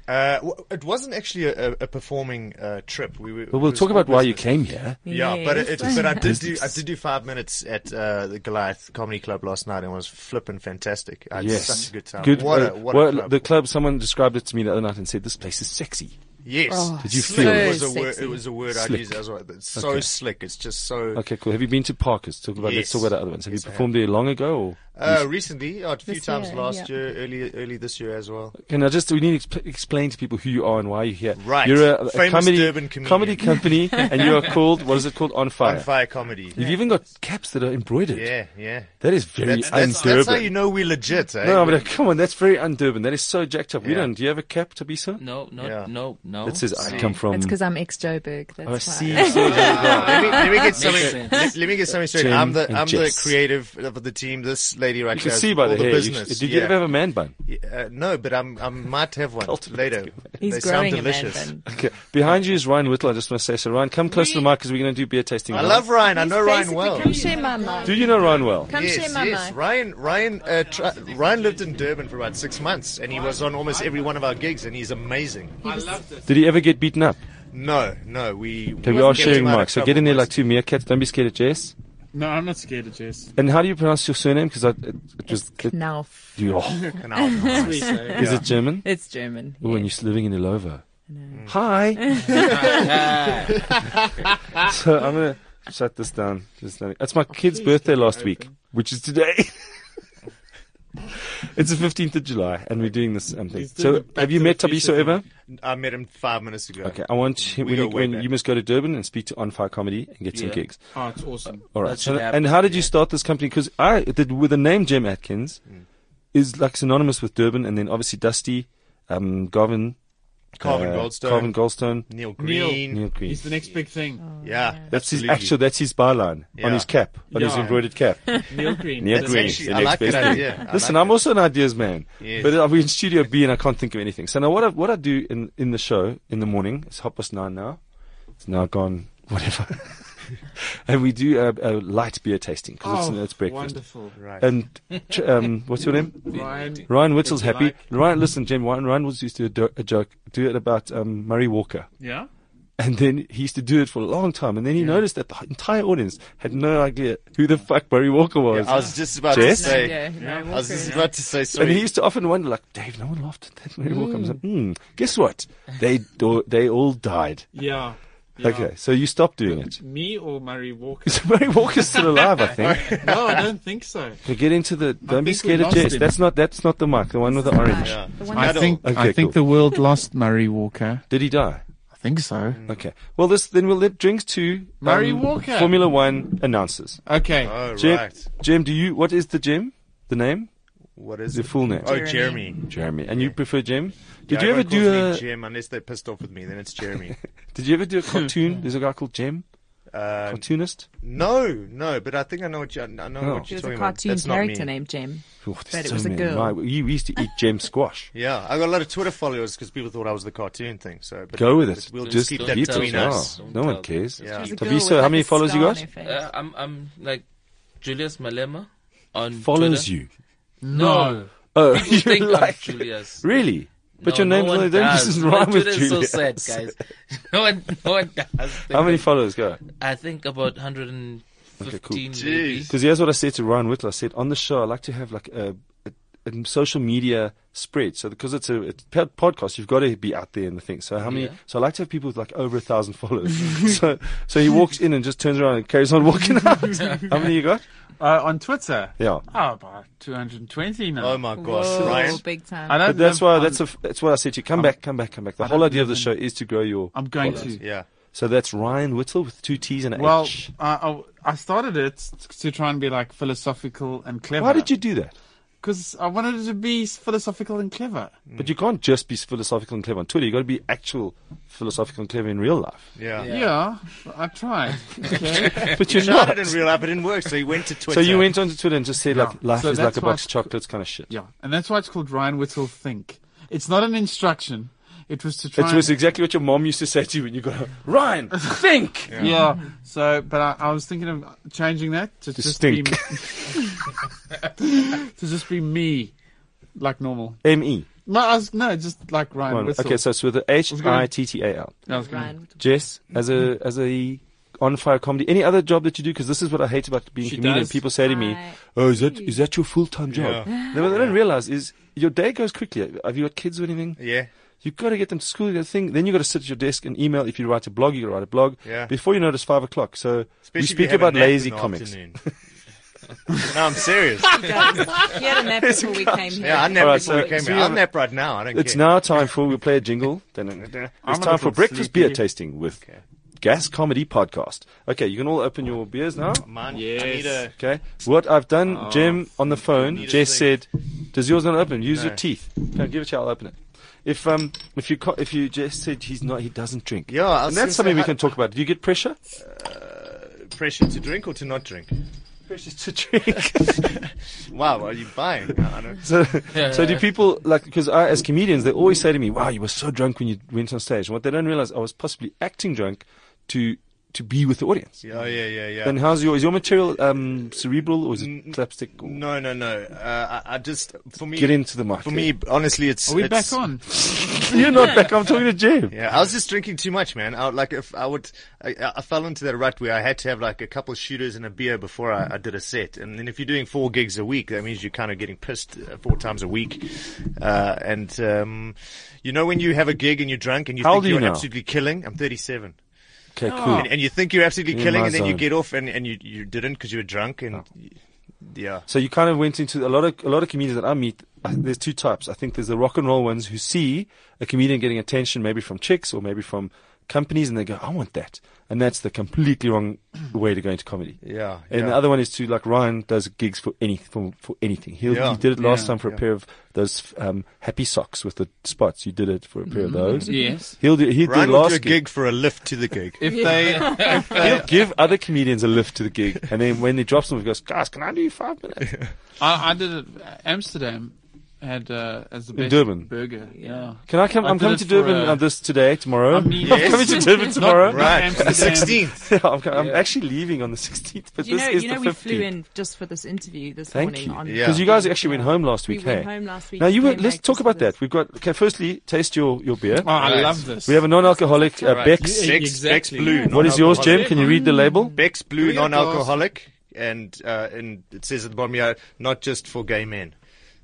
Speaker 6: Uh, w- it wasn't actually a, a, a performing uh, trip. We were,
Speaker 2: Well, we'll
Speaker 6: it was
Speaker 2: talk
Speaker 6: all
Speaker 2: about why you
Speaker 6: business.
Speaker 2: came here.
Speaker 6: Yeah, but it, it,
Speaker 5: Yes.
Speaker 6: but I did do I did do five minutes at uh, the Goliath Comedy Club last night and it was flipping fantastic. I had
Speaker 2: Yes,
Speaker 6: such a good time.
Speaker 2: Good.
Speaker 6: What
Speaker 2: uh,
Speaker 6: a, what
Speaker 2: well,
Speaker 6: a club.
Speaker 2: The club. Someone described it to me the other night and said this place is sexy.
Speaker 6: yes,
Speaker 5: Oh,
Speaker 2: Did you
Speaker 5: so
Speaker 2: feel
Speaker 6: it was a
Speaker 5: sexy.
Speaker 6: word. It was a word
Speaker 2: Slick.
Speaker 6: I used as well. It's so
Speaker 2: Okay.
Speaker 6: slick. It's just so.
Speaker 2: Okay, cool. Have you been to Parkers? Talk about let's
Speaker 6: Yes.
Speaker 2: talk about the other ones. Have
Speaker 6: Yes,
Speaker 2: you
Speaker 6: I
Speaker 2: performed there long ago? Or?
Speaker 6: Uh, recently, uh, a few
Speaker 5: This
Speaker 6: times
Speaker 5: year,
Speaker 6: last
Speaker 5: yeah.
Speaker 6: year, early early this year as well.
Speaker 2: Can I just we need to exp- explain to people who you are and why you're here?
Speaker 6: Right.
Speaker 2: You're a, a
Speaker 6: Famous
Speaker 2: comedy
Speaker 6: Durban comedian.
Speaker 2: comedy company, and you are called what is it called? On fire.
Speaker 6: On fire comedy.
Speaker 2: You've even got caps that are embroidered.
Speaker 6: Yeah, yeah.
Speaker 2: That is very
Speaker 6: That's, that's,
Speaker 2: un-Durban.
Speaker 6: that's how you know we're legit. Eh?
Speaker 2: no, but uh, come on, that's very un-Durban. That is so jacked up. We
Speaker 6: Yeah.
Speaker 2: don't. Do you have a cap, Tabisa?
Speaker 3: No, no,
Speaker 6: Yeah.
Speaker 3: no, no.
Speaker 2: That says I come from.
Speaker 5: That's because I'm ex Joburg. That's
Speaker 2: Oh, I
Speaker 5: why.
Speaker 2: see.
Speaker 6: let, me, let me get something.
Speaker 3: sense.
Speaker 6: Let, let me get something straight.
Speaker 2: Jim
Speaker 6: I'm the
Speaker 2: and
Speaker 6: I'm
Speaker 2: Jess.
Speaker 6: the creative of the team. This lady right
Speaker 2: You
Speaker 6: here.
Speaker 2: can
Speaker 6: is
Speaker 2: see by
Speaker 6: all
Speaker 2: the hair. You-
Speaker 6: business.
Speaker 2: did you
Speaker 6: yeah.
Speaker 2: ever have a man bun?
Speaker 6: Uh, no, but I'm I might have one
Speaker 2: Cultivate
Speaker 6: later.
Speaker 5: He's
Speaker 6: they sound
Speaker 5: growing
Speaker 6: delicious.
Speaker 5: a man bun.
Speaker 2: Okay. Behind you is Ryan Whittle. I just want to say so. Ryan, come close to the mic because we're going to do beer tasting.
Speaker 6: I
Speaker 2: now.
Speaker 6: love Ryan. I know Ryan
Speaker 5: Basically,
Speaker 6: well.
Speaker 5: Come share my mic.
Speaker 2: Do you know Ryan well?
Speaker 5: Come share
Speaker 6: Yes,
Speaker 5: my
Speaker 6: yes.
Speaker 5: mic.
Speaker 6: Ryan, Ryan, uh, tr- Ryan lived in Durban for about six months, and he was on almost every one of our gigs, and he's amazing.
Speaker 4: I love this.
Speaker 2: Did he ever get beaten up?
Speaker 6: No, no, we.
Speaker 2: Okay, we
Speaker 6: we
Speaker 2: are
Speaker 6: kept
Speaker 2: sharing
Speaker 6: him out of
Speaker 2: mics. So
Speaker 6: trouble
Speaker 2: get in there like
Speaker 6: most-
Speaker 2: two meerkats. Don't be scared of Jess.
Speaker 4: No, I'm not scared of Jess.
Speaker 2: And how do you pronounce your surname? Because it, it was. It,
Speaker 5: Knauf.
Speaker 2: you- oh,
Speaker 6: Can I-
Speaker 4: Sweet, eh?
Speaker 2: Is it German?
Speaker 5: It's German.
Speaker 2: Ooh, and
Speaker 5: yeah.
Speaker 2: you're living in Ilova. Hi. so I'm gonna shut this down. Just let me- it's my kid's birthday last week, which is today. it's the 15th of July, and we're doing this um, thing.
Speaker 4: He's doing
Speaker 2: So
Speaker 4: the
Speaker 2: have you met
Speaker 4: Back to the
Speaker 2: Tabiso
Speaker 4: Future
Speaker 2: ever?
Speaker 6: I met him five minutes ago.
Speaker 2: Okay, I want him,
Speaker 6: We
Speaker 2: when,
Speaker 6: go
Speaker 2: you,
Speaker 6: way
Speaker 2: when
Speaker 6: back.
Speaker 2: you must go to Durban and speak to On Fire Comedy and get some
Speaker 3: Yeah.
Speaker 2: gigs.
Speaker 4: Oh, it's awesome.
Speaker 2: All right.
Speaker 3: That
Speaker 2: So,
Speaker 3: should happen,
Speaker 2: and how did you
Speaker 3: yeah.
Speaker 2: start this company? Because I did with the name Jim Atkins
Speaker 3: Mm.
Speaker 2: is like synonymous with Durban, and then obviously Dusty, um, Garvin,
Speaker 6: Carvin Goldstone.
Speaker 2: Carvin Goldstone,
Speaker 6: Neil
Speaker 4: Neil.
Speaker 6: Green.
Speaker 2: Neil Green.
Speaker 4: He's the next big thing.
Speaker 6: Yeah.
Speaker 2: That's his
Speaker 6: absolutely.
Speaker 2: actual. That's his byline
Speaker 6: Yeah.
Speaker 2: on his cap, on his
Speaker 4: Yeah.
Speaker 2: embroidered cap.
Speaker 4: Neil Green.
Speaker 2: Neil
Speaker 6: That's
Speaker 2: Green.
Speaker 6: actually-
Speaker 2: the
Speaker 6: I
Speaker 2: next
Speaker 6: like that
Speaker 2: best thing.
Speaker 6: idea. I
Speaker 2: Listen,
Speaker 6: like
Speaker 2: I'm
Speaker 6: that.
Speaker 2: also an ideas man,
Speaker 6: Yes.
Speaker 2: but I'm in Studio B and I can't think of anything. So now what I, what I do in in the show in the morning it's half past nine now. It's now gone. Whatever. and we do a, a light beer tasting because
Speaker 6: Oh,
Speaker 2: it's, it's breakfast.
Speaker 4: Oh, Wonderful.
Speaker 6: Right.
Speaker 2: And tr- um, what's your name?
Speaker 4: Ryan.
Speaker 2: Ryan Whittle's
Speaker 4: If you
Speaker 2: happy.
Speaker 4: like.
Speaker 2: Ryan, listen, Jim. Ryan, Ryan was used to do a, do- a joke, do it about um, Murray Walker,
Speaker 4: Yeah.
Speaker 2: and then he used to do it for a long time, and then he noticed that the entire audience had no idea who the fuck Murray Walker was.
Speaker 6: I was just about
Speaker 2: Jess?
Speaker 6: to
Speaker 5: No,
Speaker 6: say.
Speaker 5: yeah, no,
Speaker 6: I was just
Speaker 5: Walker.
Speaker 6: about to say
Speaker 2: and he
Speaker 6: sorry.
Speaker 2: used to often wonder, like, Dave, no one laughed at that Murray Walker. I was like, hmm, guess what? They do- they all died.
Speaker 4: Yeah.
Speaker 2: Okay, so you stopped doing it.
Speaker 4: Me or Murray Walker?
Speaker 2: So Murray Walker's still alive, I think.
Speaker 4: no, I don't think so.
Speaker 2: We get into the. Don't be
Speaker 4: think we
Speaker 2: scared of
Speaker 4: lost
Speaker 2: Jess.
Speaker 4: him.
Speaker 2: That's not that's not the mic. The one with the orange.
Speaker 6: Yeah.
Speaker 5: The one
Speaker 4: I
Speaker 5: that's-
Speaker 4: think
Speaker 2: Okay,
Speaker 4: I think
Speaker 2: cool.
Speaker 4: the world lost Murray Walker.
Speaker 2: Did he die?
Speaker 4: I think so.
Speaker 2: Okay. Well, this then we'll let drinks to um,
Speaker 4: Murray Walker.
Speaker 2: Formula One announcers.
Speaker 4: Okay. uh,
Speaker 6: Oh,
Speaker 2: Jim,
Speaker 6: right.
Speaker 2: Jim, do you? What is the Jim? The name?
Speaker 6: What is
Speaker 2: The
Speaker 6: it?
Speaker 2: full name?
Speaker 6: Oh, Jeremy.
Speaker 2: Jeremy. And you prefer Jim? Did
Speaker 6: Yeah,
Speaker 2: you ever
Speaker 6: everyone calls
Speaker 2: do a?
Speaker 6: me Jim unless they're pissed off with me? Then it's Jeremy.
Speaker 2: Did you ever do a cartoon? There's a guy called Jim,
Speaker 6: Uh,
Speaker 2: cartoonist.
Speaker 6: no, no, but I think I know what you. I know
Speaker 2: Oh.
Speaker 6: what
Speaker 5: She
Speaker 6: you're
Speaker 5: was
Speaker 6: talking
Speaker 5: a
Speaker 6: about.
Speaker 5: cartoon
Speaker 6: That's not
Speaker 5: character
Speaker 6: me.
Speaker 5: named Jim.
Speaker 2: Oh,
Speaker 5: But
Speaker 2: there's
Speaker 5: it
Speaker 2: so
Speaker 5: was a
Speaker 2: many.
Speaker 5: girl.
Speaker 2: My- you used to eat Jim squash.
Speaker 6: Yeah, I got a lot of Twitter followers because people thought I was the cartoon thing. So but
Speaker 2: Go with it.
Speaker 6: We'll
Speaker 2: just
Speaker 6: just,
Speaker 2: keep
Speaker 6: keep that
Speaker 3: it.
Speaker 6: between
Speaker 3: Don't
Speaker 6: us.
Speaker 3: tell.
Speaker 2: No one cares.
Speaker 6: Yeah.
Speaker 5: She was a girl with,
Speaker 2: Tabiso, how
Speaker 5: like,
Speaker 2: many
Speaker 5: a
Speaker 2: followers you
Speaker 5: star on
Speaker 2: got?
Speaker 5: her face.
Speaker 3: Uh, I'm I'm like Julius Malema on
Speaker 2: Follows
Speaker 3: Twitter.
Speaker 2: you.
Speaker 3: No,
Speaker 2: Oh,
Speaker 3: you
Speaker 2: you
Speaker 3: think I'm
Speaker 2: like
Speaker 3: Julius.
Speaker 2: really? But
Speaker 3: No,
Speaker 2: your name's
Speaker 3: no one
Speaker 2: only then
Speaker 3: does.
Speaker 2: doesn't
Speaker 3: My
Speaker 2: rhyme with
Speaker 3: Twitter is
Speaker 2: Julius.
Speaker 3: so sad, guys. No one, no one does.
Speaker 2: How many followers go?
Speaker 3: I think about 115.
Speaker 2: Okay, cool.
Speaker 3: maybe.
Speaker 2: Because here's what I said to Ryan Whittle. I said on the show, I like to have like a, a, a social media spread. So because it's a, it's a pod- podcast, you've got to be out there in the thing. So how many?
Speaker 3: Yeah.
Speaker 2: So I like to have people with like over a thousand followers. so so he walks in and just turns around and carries on walking out. how many you got?
Speaker 4: Uh, on Twitter.
Speaker 2: Yeah.
Speaker 4: Oh, about 220 now.
Speaker 6: Oh my gosh,
Speaker 5: Whoa,
Speaker 6: Ryan!
Speaker 5: big time.
Speaker 4: I don't
Speaker 2: But that's
Speaker 4: live
Speaker 2: why
Speaker 4: on-
Speaker 2: that's a, f- that's what I said to you. Come back, come back, come back. The
Speaker 4: I
Speaker 2: whole
Speaker 4: don't
Speaker 2: idea of the
Speaker 4: live
Speaker 2: show is to grow your.
Speaker 4: I'm going
Speaker 2: followers.
Speaker 4: to.
Speaker 6: Yeah,
Speaker 2: So that's Ryan Whittle with two T's and an
Speaker 4: Well, uh,
Speaker 2: H.
Speaker 4: I, I I started it to try and be like philosophical and clever.
Speaker 2: Why did you do that?
Speaker 4: Because I wanted it to be philosophical and clever.
Speaker 2: But you can't just be philosophical and clever on Twitter. You got to be actual philosophical and clever in real life.
Speaker 6: yeah.
Speaker 3: Yeah.
Speaker 4: Yeah, I tried.
Speaker 2: But you're
Speaker 6: You
Speaker 2: not.
Speaker 6: started in real life, it didn't work, so you went to Twitter.
Speaker 2: So you went onto Twitter and just said like
Speaker 4: uh, Yeah.
Speaker 2: life
Speaker 4: So
Speaker 2: is like
Speaker 4: that's
Speaker 2: a box of
Speaker 4: why-
Speaker 2: chocolates kind of shit.
Speaker 4: yeah, and that's why it's called Ryan Whittle Think. It's not an instruction. It was to try.
Speaker 2: It was
Speaker 4: and,
Speaker 2: exactly what your mom used to say to you when you go, Ryan, think.
Speaker 4: yeah. So, but I, I was thinking of changing that to just
Speaker 2: stink.
Speaker 4: be to just be me, like normal.
Speaker 2: M E.
Speaker 4: No, I was, no, just like Ryan Whittle.
Speaker 2: Okay, so it's with the H
Speaker 4: was gonna-
Speaker 2: I T T A L.
Speaker 4: I was gonna-
Speaker 5: Ryan.
Speaker 2: Jess, as a as a on fire comedy. Any other job that you do? Because this is what I hate about being
Speaker 4: She
Speaker 2: comedian.
Speaker 4: does.
Speaker 2: People say to me,
Speaker 5: Right.
Speaker 2: "Oh, is that is that your full time job?" No, what they don't realize is your day goes quickly. Have you got kids or anything?
Speaker 6: Yeah,
Speaker 2: You've got to get them to school. You got to think. Then you've got to sit at your desk and email. If you write a blog, you got to write a blog.
Speaker 6: Yeah.
Speaker 2: Before you know it, it's five o'clock. So
Speaker 6: Especially
Speaker 2: we
Speaker 6: if
Speaker 2: speak
Speaker 6: have a
Speaker 2: about
Speaker 6: nap in
Speaker 2: lazy
Speaker 6: the
Speaker 2: comics.
Speaker 6: afternoon. no, I'm serious.
Speaker 5: He had a nap before we came here.
Speaker 6: Yeah, I nap
Speaker 2: All right,
Speaker 6: before
Speaker 2: so-
Speaker 6: we came
Speaker 2: so
Speaker 6: here.
Speaker 2: you
Speaker 6: I'll
Speaker 2: have-
Speaker 6: nap right now. I don't
Speaker 2: It's
Speaker 6: care.
Speaker 2: now time for we'll play a jingle. Then it's
Speaker 4: a
Speaker 2: time for
Speaker 4: little
Speaker 2: breakfast
Speaker 4: sleepy.
Speaker 2: beer tasting with Gas Comedy Podcast. Okay, you can all open your beers now.
Speaker 6: Mine,
Speaker 4: Yes.
Speaker 6: I need a.
Speaker 2: Okay, what I've done, Jim, on the phone,
Speaker 6: need a
Speaker 2: Jess
Speaker 6: sink.
Speaker 2: said, "Does yours not open? Use your
Speaker 6: No.
Speaker 2: teeth. Don't give it to you. I'll open it." If um if you co- if you Jess said he's not he doesn't drink.
Speaker 6: Yeah, I was
Speaker 2: and
Speaker 6: gonna
Speaker 2: that's something
Speaker 6: say,
Speaker 2: we
Speaker 6: how-
Speaker 2: can talk about. Do you get pressure?
Speaker 6: Pressure to drink or to not drink?
Speaker 2: Pressure to drink.
Speaker 6: Wow, are you buying? No, I don't.
Speaker 2: So, so do people like because I, as comedians, they always say to me, "Wow, you were so drunk when you went on stage." And what they don't realize, I was possibly acting drunk to to be with the audience.
Speaker 6: Yeah, yeah, yeah, yeah.
Speaker 2: And how's your is your material um, cerebral or is it
Speaker 6: N-
Speaker 2: slapstick? Or
Speaker 6: no, no, no. Uh, I, I just for me
Speaker 2: Get into the mic.
Speaker 6: for me honestly it's
Speaker 4: Are we
Speaker 6: it's-
Speaker 4: back on?
Speaker 2: You're not back. I'm talking to Jim.
Speaker 6: Yeah, I was just drinking too much, man. I, like if I would, I, I fell into that rut where I had to have like a couple of shooters and a beer before I, I did a set. And then if you're doing four gigs a week, that means you're kind of getting pissed uh, four times a week. Uh, and um, you know when you have a gig and you're drunk and you
Speaker 2: How old
Speaker 6: think
Speaker 2: are you
Speaker 6: you're
Speaker 2: now?
Speaker 6: absolutely killing. I'm 37.
Speaker 2: Okay, cool.
Speaker 6: And, and you think you're absolutely
Speaker 2: You're in
Speaker 6: killing,
Speaker 2: my
Speaker 6: and then you
Speaker 2: zone. Oh.
Speaker 6: get off, and, and you, you didn't because you were drunk, and yeah,
Speaker 2: So you kind of went into a lot of a lot of comedians that I meet. uh, There's two types. I think there's the rock and roll ones who see a comedian getting attention, maybe from chicks or maybe from companies, and they go, "I want that," and that's the completely wrong way to go into comedy.
Speaker 6: yeah.
Speaker 2: And
Speaker 6: yeah.
Speaker 2: the other one is to like Ryan does gigs for any for, for anything. He
Speaker 6: Yeah.
Speaker 2: he did it last
Speaker 4: Yeah.
Speaker 2: time for a pair of those um, happy socks with the spots. You did it for a pair
Speaker 5: Mm-hmm.
Speaker 2: of those.
Speaker 4: Yes.
Speaker 2: He'll do. He did
Speaker 6: Ryan will
Speaker 2: last
Speaker 6: do a
Speaker 2: gig.
Speaker 6: gig for a lift to the gig.
Speaker 4: If they,
Speaker 2: He'll give other comedians a lift to the gig, and then when he drops them, he goes, "Guys, can I do five minutes?"
Speaker 7: I, I did it. Amsterdam had uh, as the best
Speaker 2: Durban.
Speaker 7: burger. Yeah.
Speaker 2: Can I come?
Speaker 7: I
Speaker 2: I'm
Speaker 7: did
Speaker 2: coming
Speaker 7: it
Speaker 2: to
Speaker 7: for,
Speaker 2: Durban
Speaker 7: uh,
Speaker 2: uh, this today, tomorrow.
Speaker 7: I
Speaker 2: I'm,
Speaker 7: mean,
Speaker 2: coming to Durban tomorrow.
Speaker 6: Right,
Speaker 7: Amsterdam.
Speaker 6: the 16th.
Speaker 2: Yeah, I'm, co- I'm actually leaving on the 16th, but
Speaker 5: you
Speaker 2: this
Speaker 5: know,
Speaker 2: is
Speaker 5: you know,
Speaker 2: the
Speaker 5: we
Speaker 2: 15th.
Speaker 5: flew in just for this interview this
Speaker 2: Thank
Speaker 5: morning.
Speaker 2: you,
Speaker 5: on-
Speaker 2: because
Speaker 6: Yeah.
Speaker 2: you guys actually went home last
Speaker 5: We
Speaker 2: week.
Speaker 5: went
Speaker 2: hey,
Speaker 5: home last week.
Speaker 2: now you
Speaker 5: and
Speaker 2: were.
Speaker 5: came
Speaker 2: Let's
Speaker 5: back
Speaker 2: talk
Speaker 5: just
Speaker 2: about
Speaker 5: for
Speaker 2: that.
Speaker 5: this.
Speaker 2: We've got. Okay, firstly, taste your your beer.
Speaker 4: oh, I
Speaker 6: Right.
Speaker 4: love this.
Speaker 2: We have a non-alcoholic uh,
Speaker 6: Right.
Speaker 2: Beck's.
Speaker 6: Bex
Speaker 4: exactly.
Speaker 6: Blue.
Speaker 2: What is yours, Jim?
Speaker 6: non-alcoholic.
Speaker 2: Can you read the label?
Speaker 7: Mm.
Speaker 6: Beck's Blue
Speaker 4: Three of
Speaker 6: non-alcoholic, and uh, and it says at the bottom here, not just for gay men.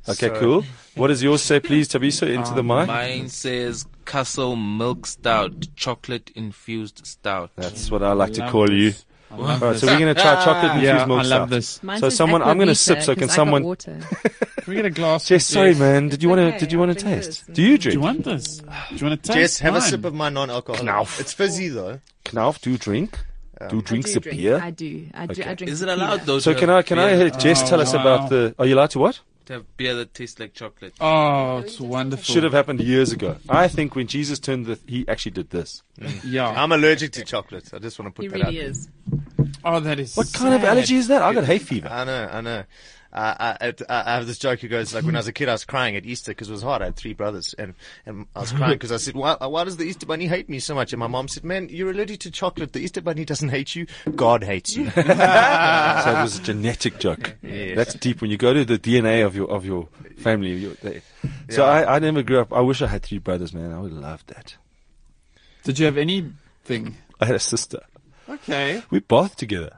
Speaker 2: Okay,
Speaker 6: So-
Speaker 2: cool. What does yours say, please, Tabiso, into the mic?
Speaker 3: Mine says Castle Milk Stout, chocolate infused stout.
Speaker 2: That's what I like to
Speaker 7: Love
Speaker 2: call you.
Speaker 7: this. I
Speaker 2: All
Speaker 7: love
Speaker 2: right,
Speaker 7: this.
Speaker 2: so we're going to try chocolate infused
Speaker 7: yeah,
Speaker 2: milk
Speaker 7: I love
Speaker 2: stout.
Speaker 7: this.
Speaker 5: Mine
Speaker 2: So
Speaker 5: says
Speaker 2: someone- I'm gonna
Speaker 5: Aquavita
Speaker 2: sip, so can
Speaker 5: 'cause I got
Speaker 2: someone-
Speaker 5: water.
Speaker 7: Can we get a glass?
Speaker 2: Jess, sorry,
Speaker 7: Jess?
Speaker 2: man. Did you want to?
Speaker 5: okay,
Speaker 2: Did you
Speaker 5: I'll
Speaker 2: want to
Speaker 5: drink
Speaker 2: taste?
Speaker 5: this.
Speaker 2: Do you
Speaker 4: Do you
Speaker 2: drink?
Speaker 4: want this? Do you want to taste?
Speaker 6: Jess, have a
Speaker 4: Mine.
Speaker 6: sip of my non-alcoholic.
Speaker 2: Knauf.
Speaker 6: It's fizzy though.
Speaker 2: Knauf, do you drink? Do you
Speaker 5: Uh, I
Speaker 2: drink
Speaker 5: do
Speaker 2: the
Speaker 5: drink- I
Speaker 2: beer?
Speaker 5: do. I do. I
Speaker 2: Okay.
Speaker 5: drink.
Speaker 3: Is it
Speaker 5: tequila.
Speaker 3: allowed though?
Speaker 2: So
Speaker 3: to
Speaker 2: can I?
Speaker 3: have
Speaker 2: Can I?
Speaker 3: beer-
Speaker 2: hear Jess,
Speaker 4: Oh,
Speaker 2: tell us
Speaker 4: wow.
Speaker 2: about the. Are you allowed to what?
Speaker 3: to have beer that tastes like chocolate?
Speaker 4: Oh, it's wonderful.
Speaker 2: Should have happened years ago. I think when Jesus turned the, he actually did this.
Speaker 4: Yeah.
Speaker 6: I'm allergic to chocolate. I just want to put
Speaker 5: He
Speaker 6: that out.
Speaker 5: really
Speaker 6: there.
Speaker 5: is.
Speaker 4: Oh, that is.
Speaker 2: What kind of
Speaker 4: sad.
Speaker 2: allergy is that? I got hay fever.
Speaker 6: I know, I know. I, I, it- I I have this joke who goes like, when I was a kid, I was crying at Easter because it was hard. I had three brothers, and, and I was crying because I said, why, why does the Easter Bunny hate me so much? And my mom said, man, you're allergic to chocolate. The Easter Bunny doesn't hate you. God hates you.
Speaker 2: so it was a genetic joke.
Speaker 6: Yes.
Speaker 2: That's deep. When you go to the DNA of your of your family, you they, so
Speaker 6: Yeah.
Speaker 2: I, I never grew up. I wish I had three brothers, man. I would love that.
Speaker 4: Did you have anything?
Speaker 2: I had a sister.
Speaker 4: Okay.
Speaker 2: We bathed together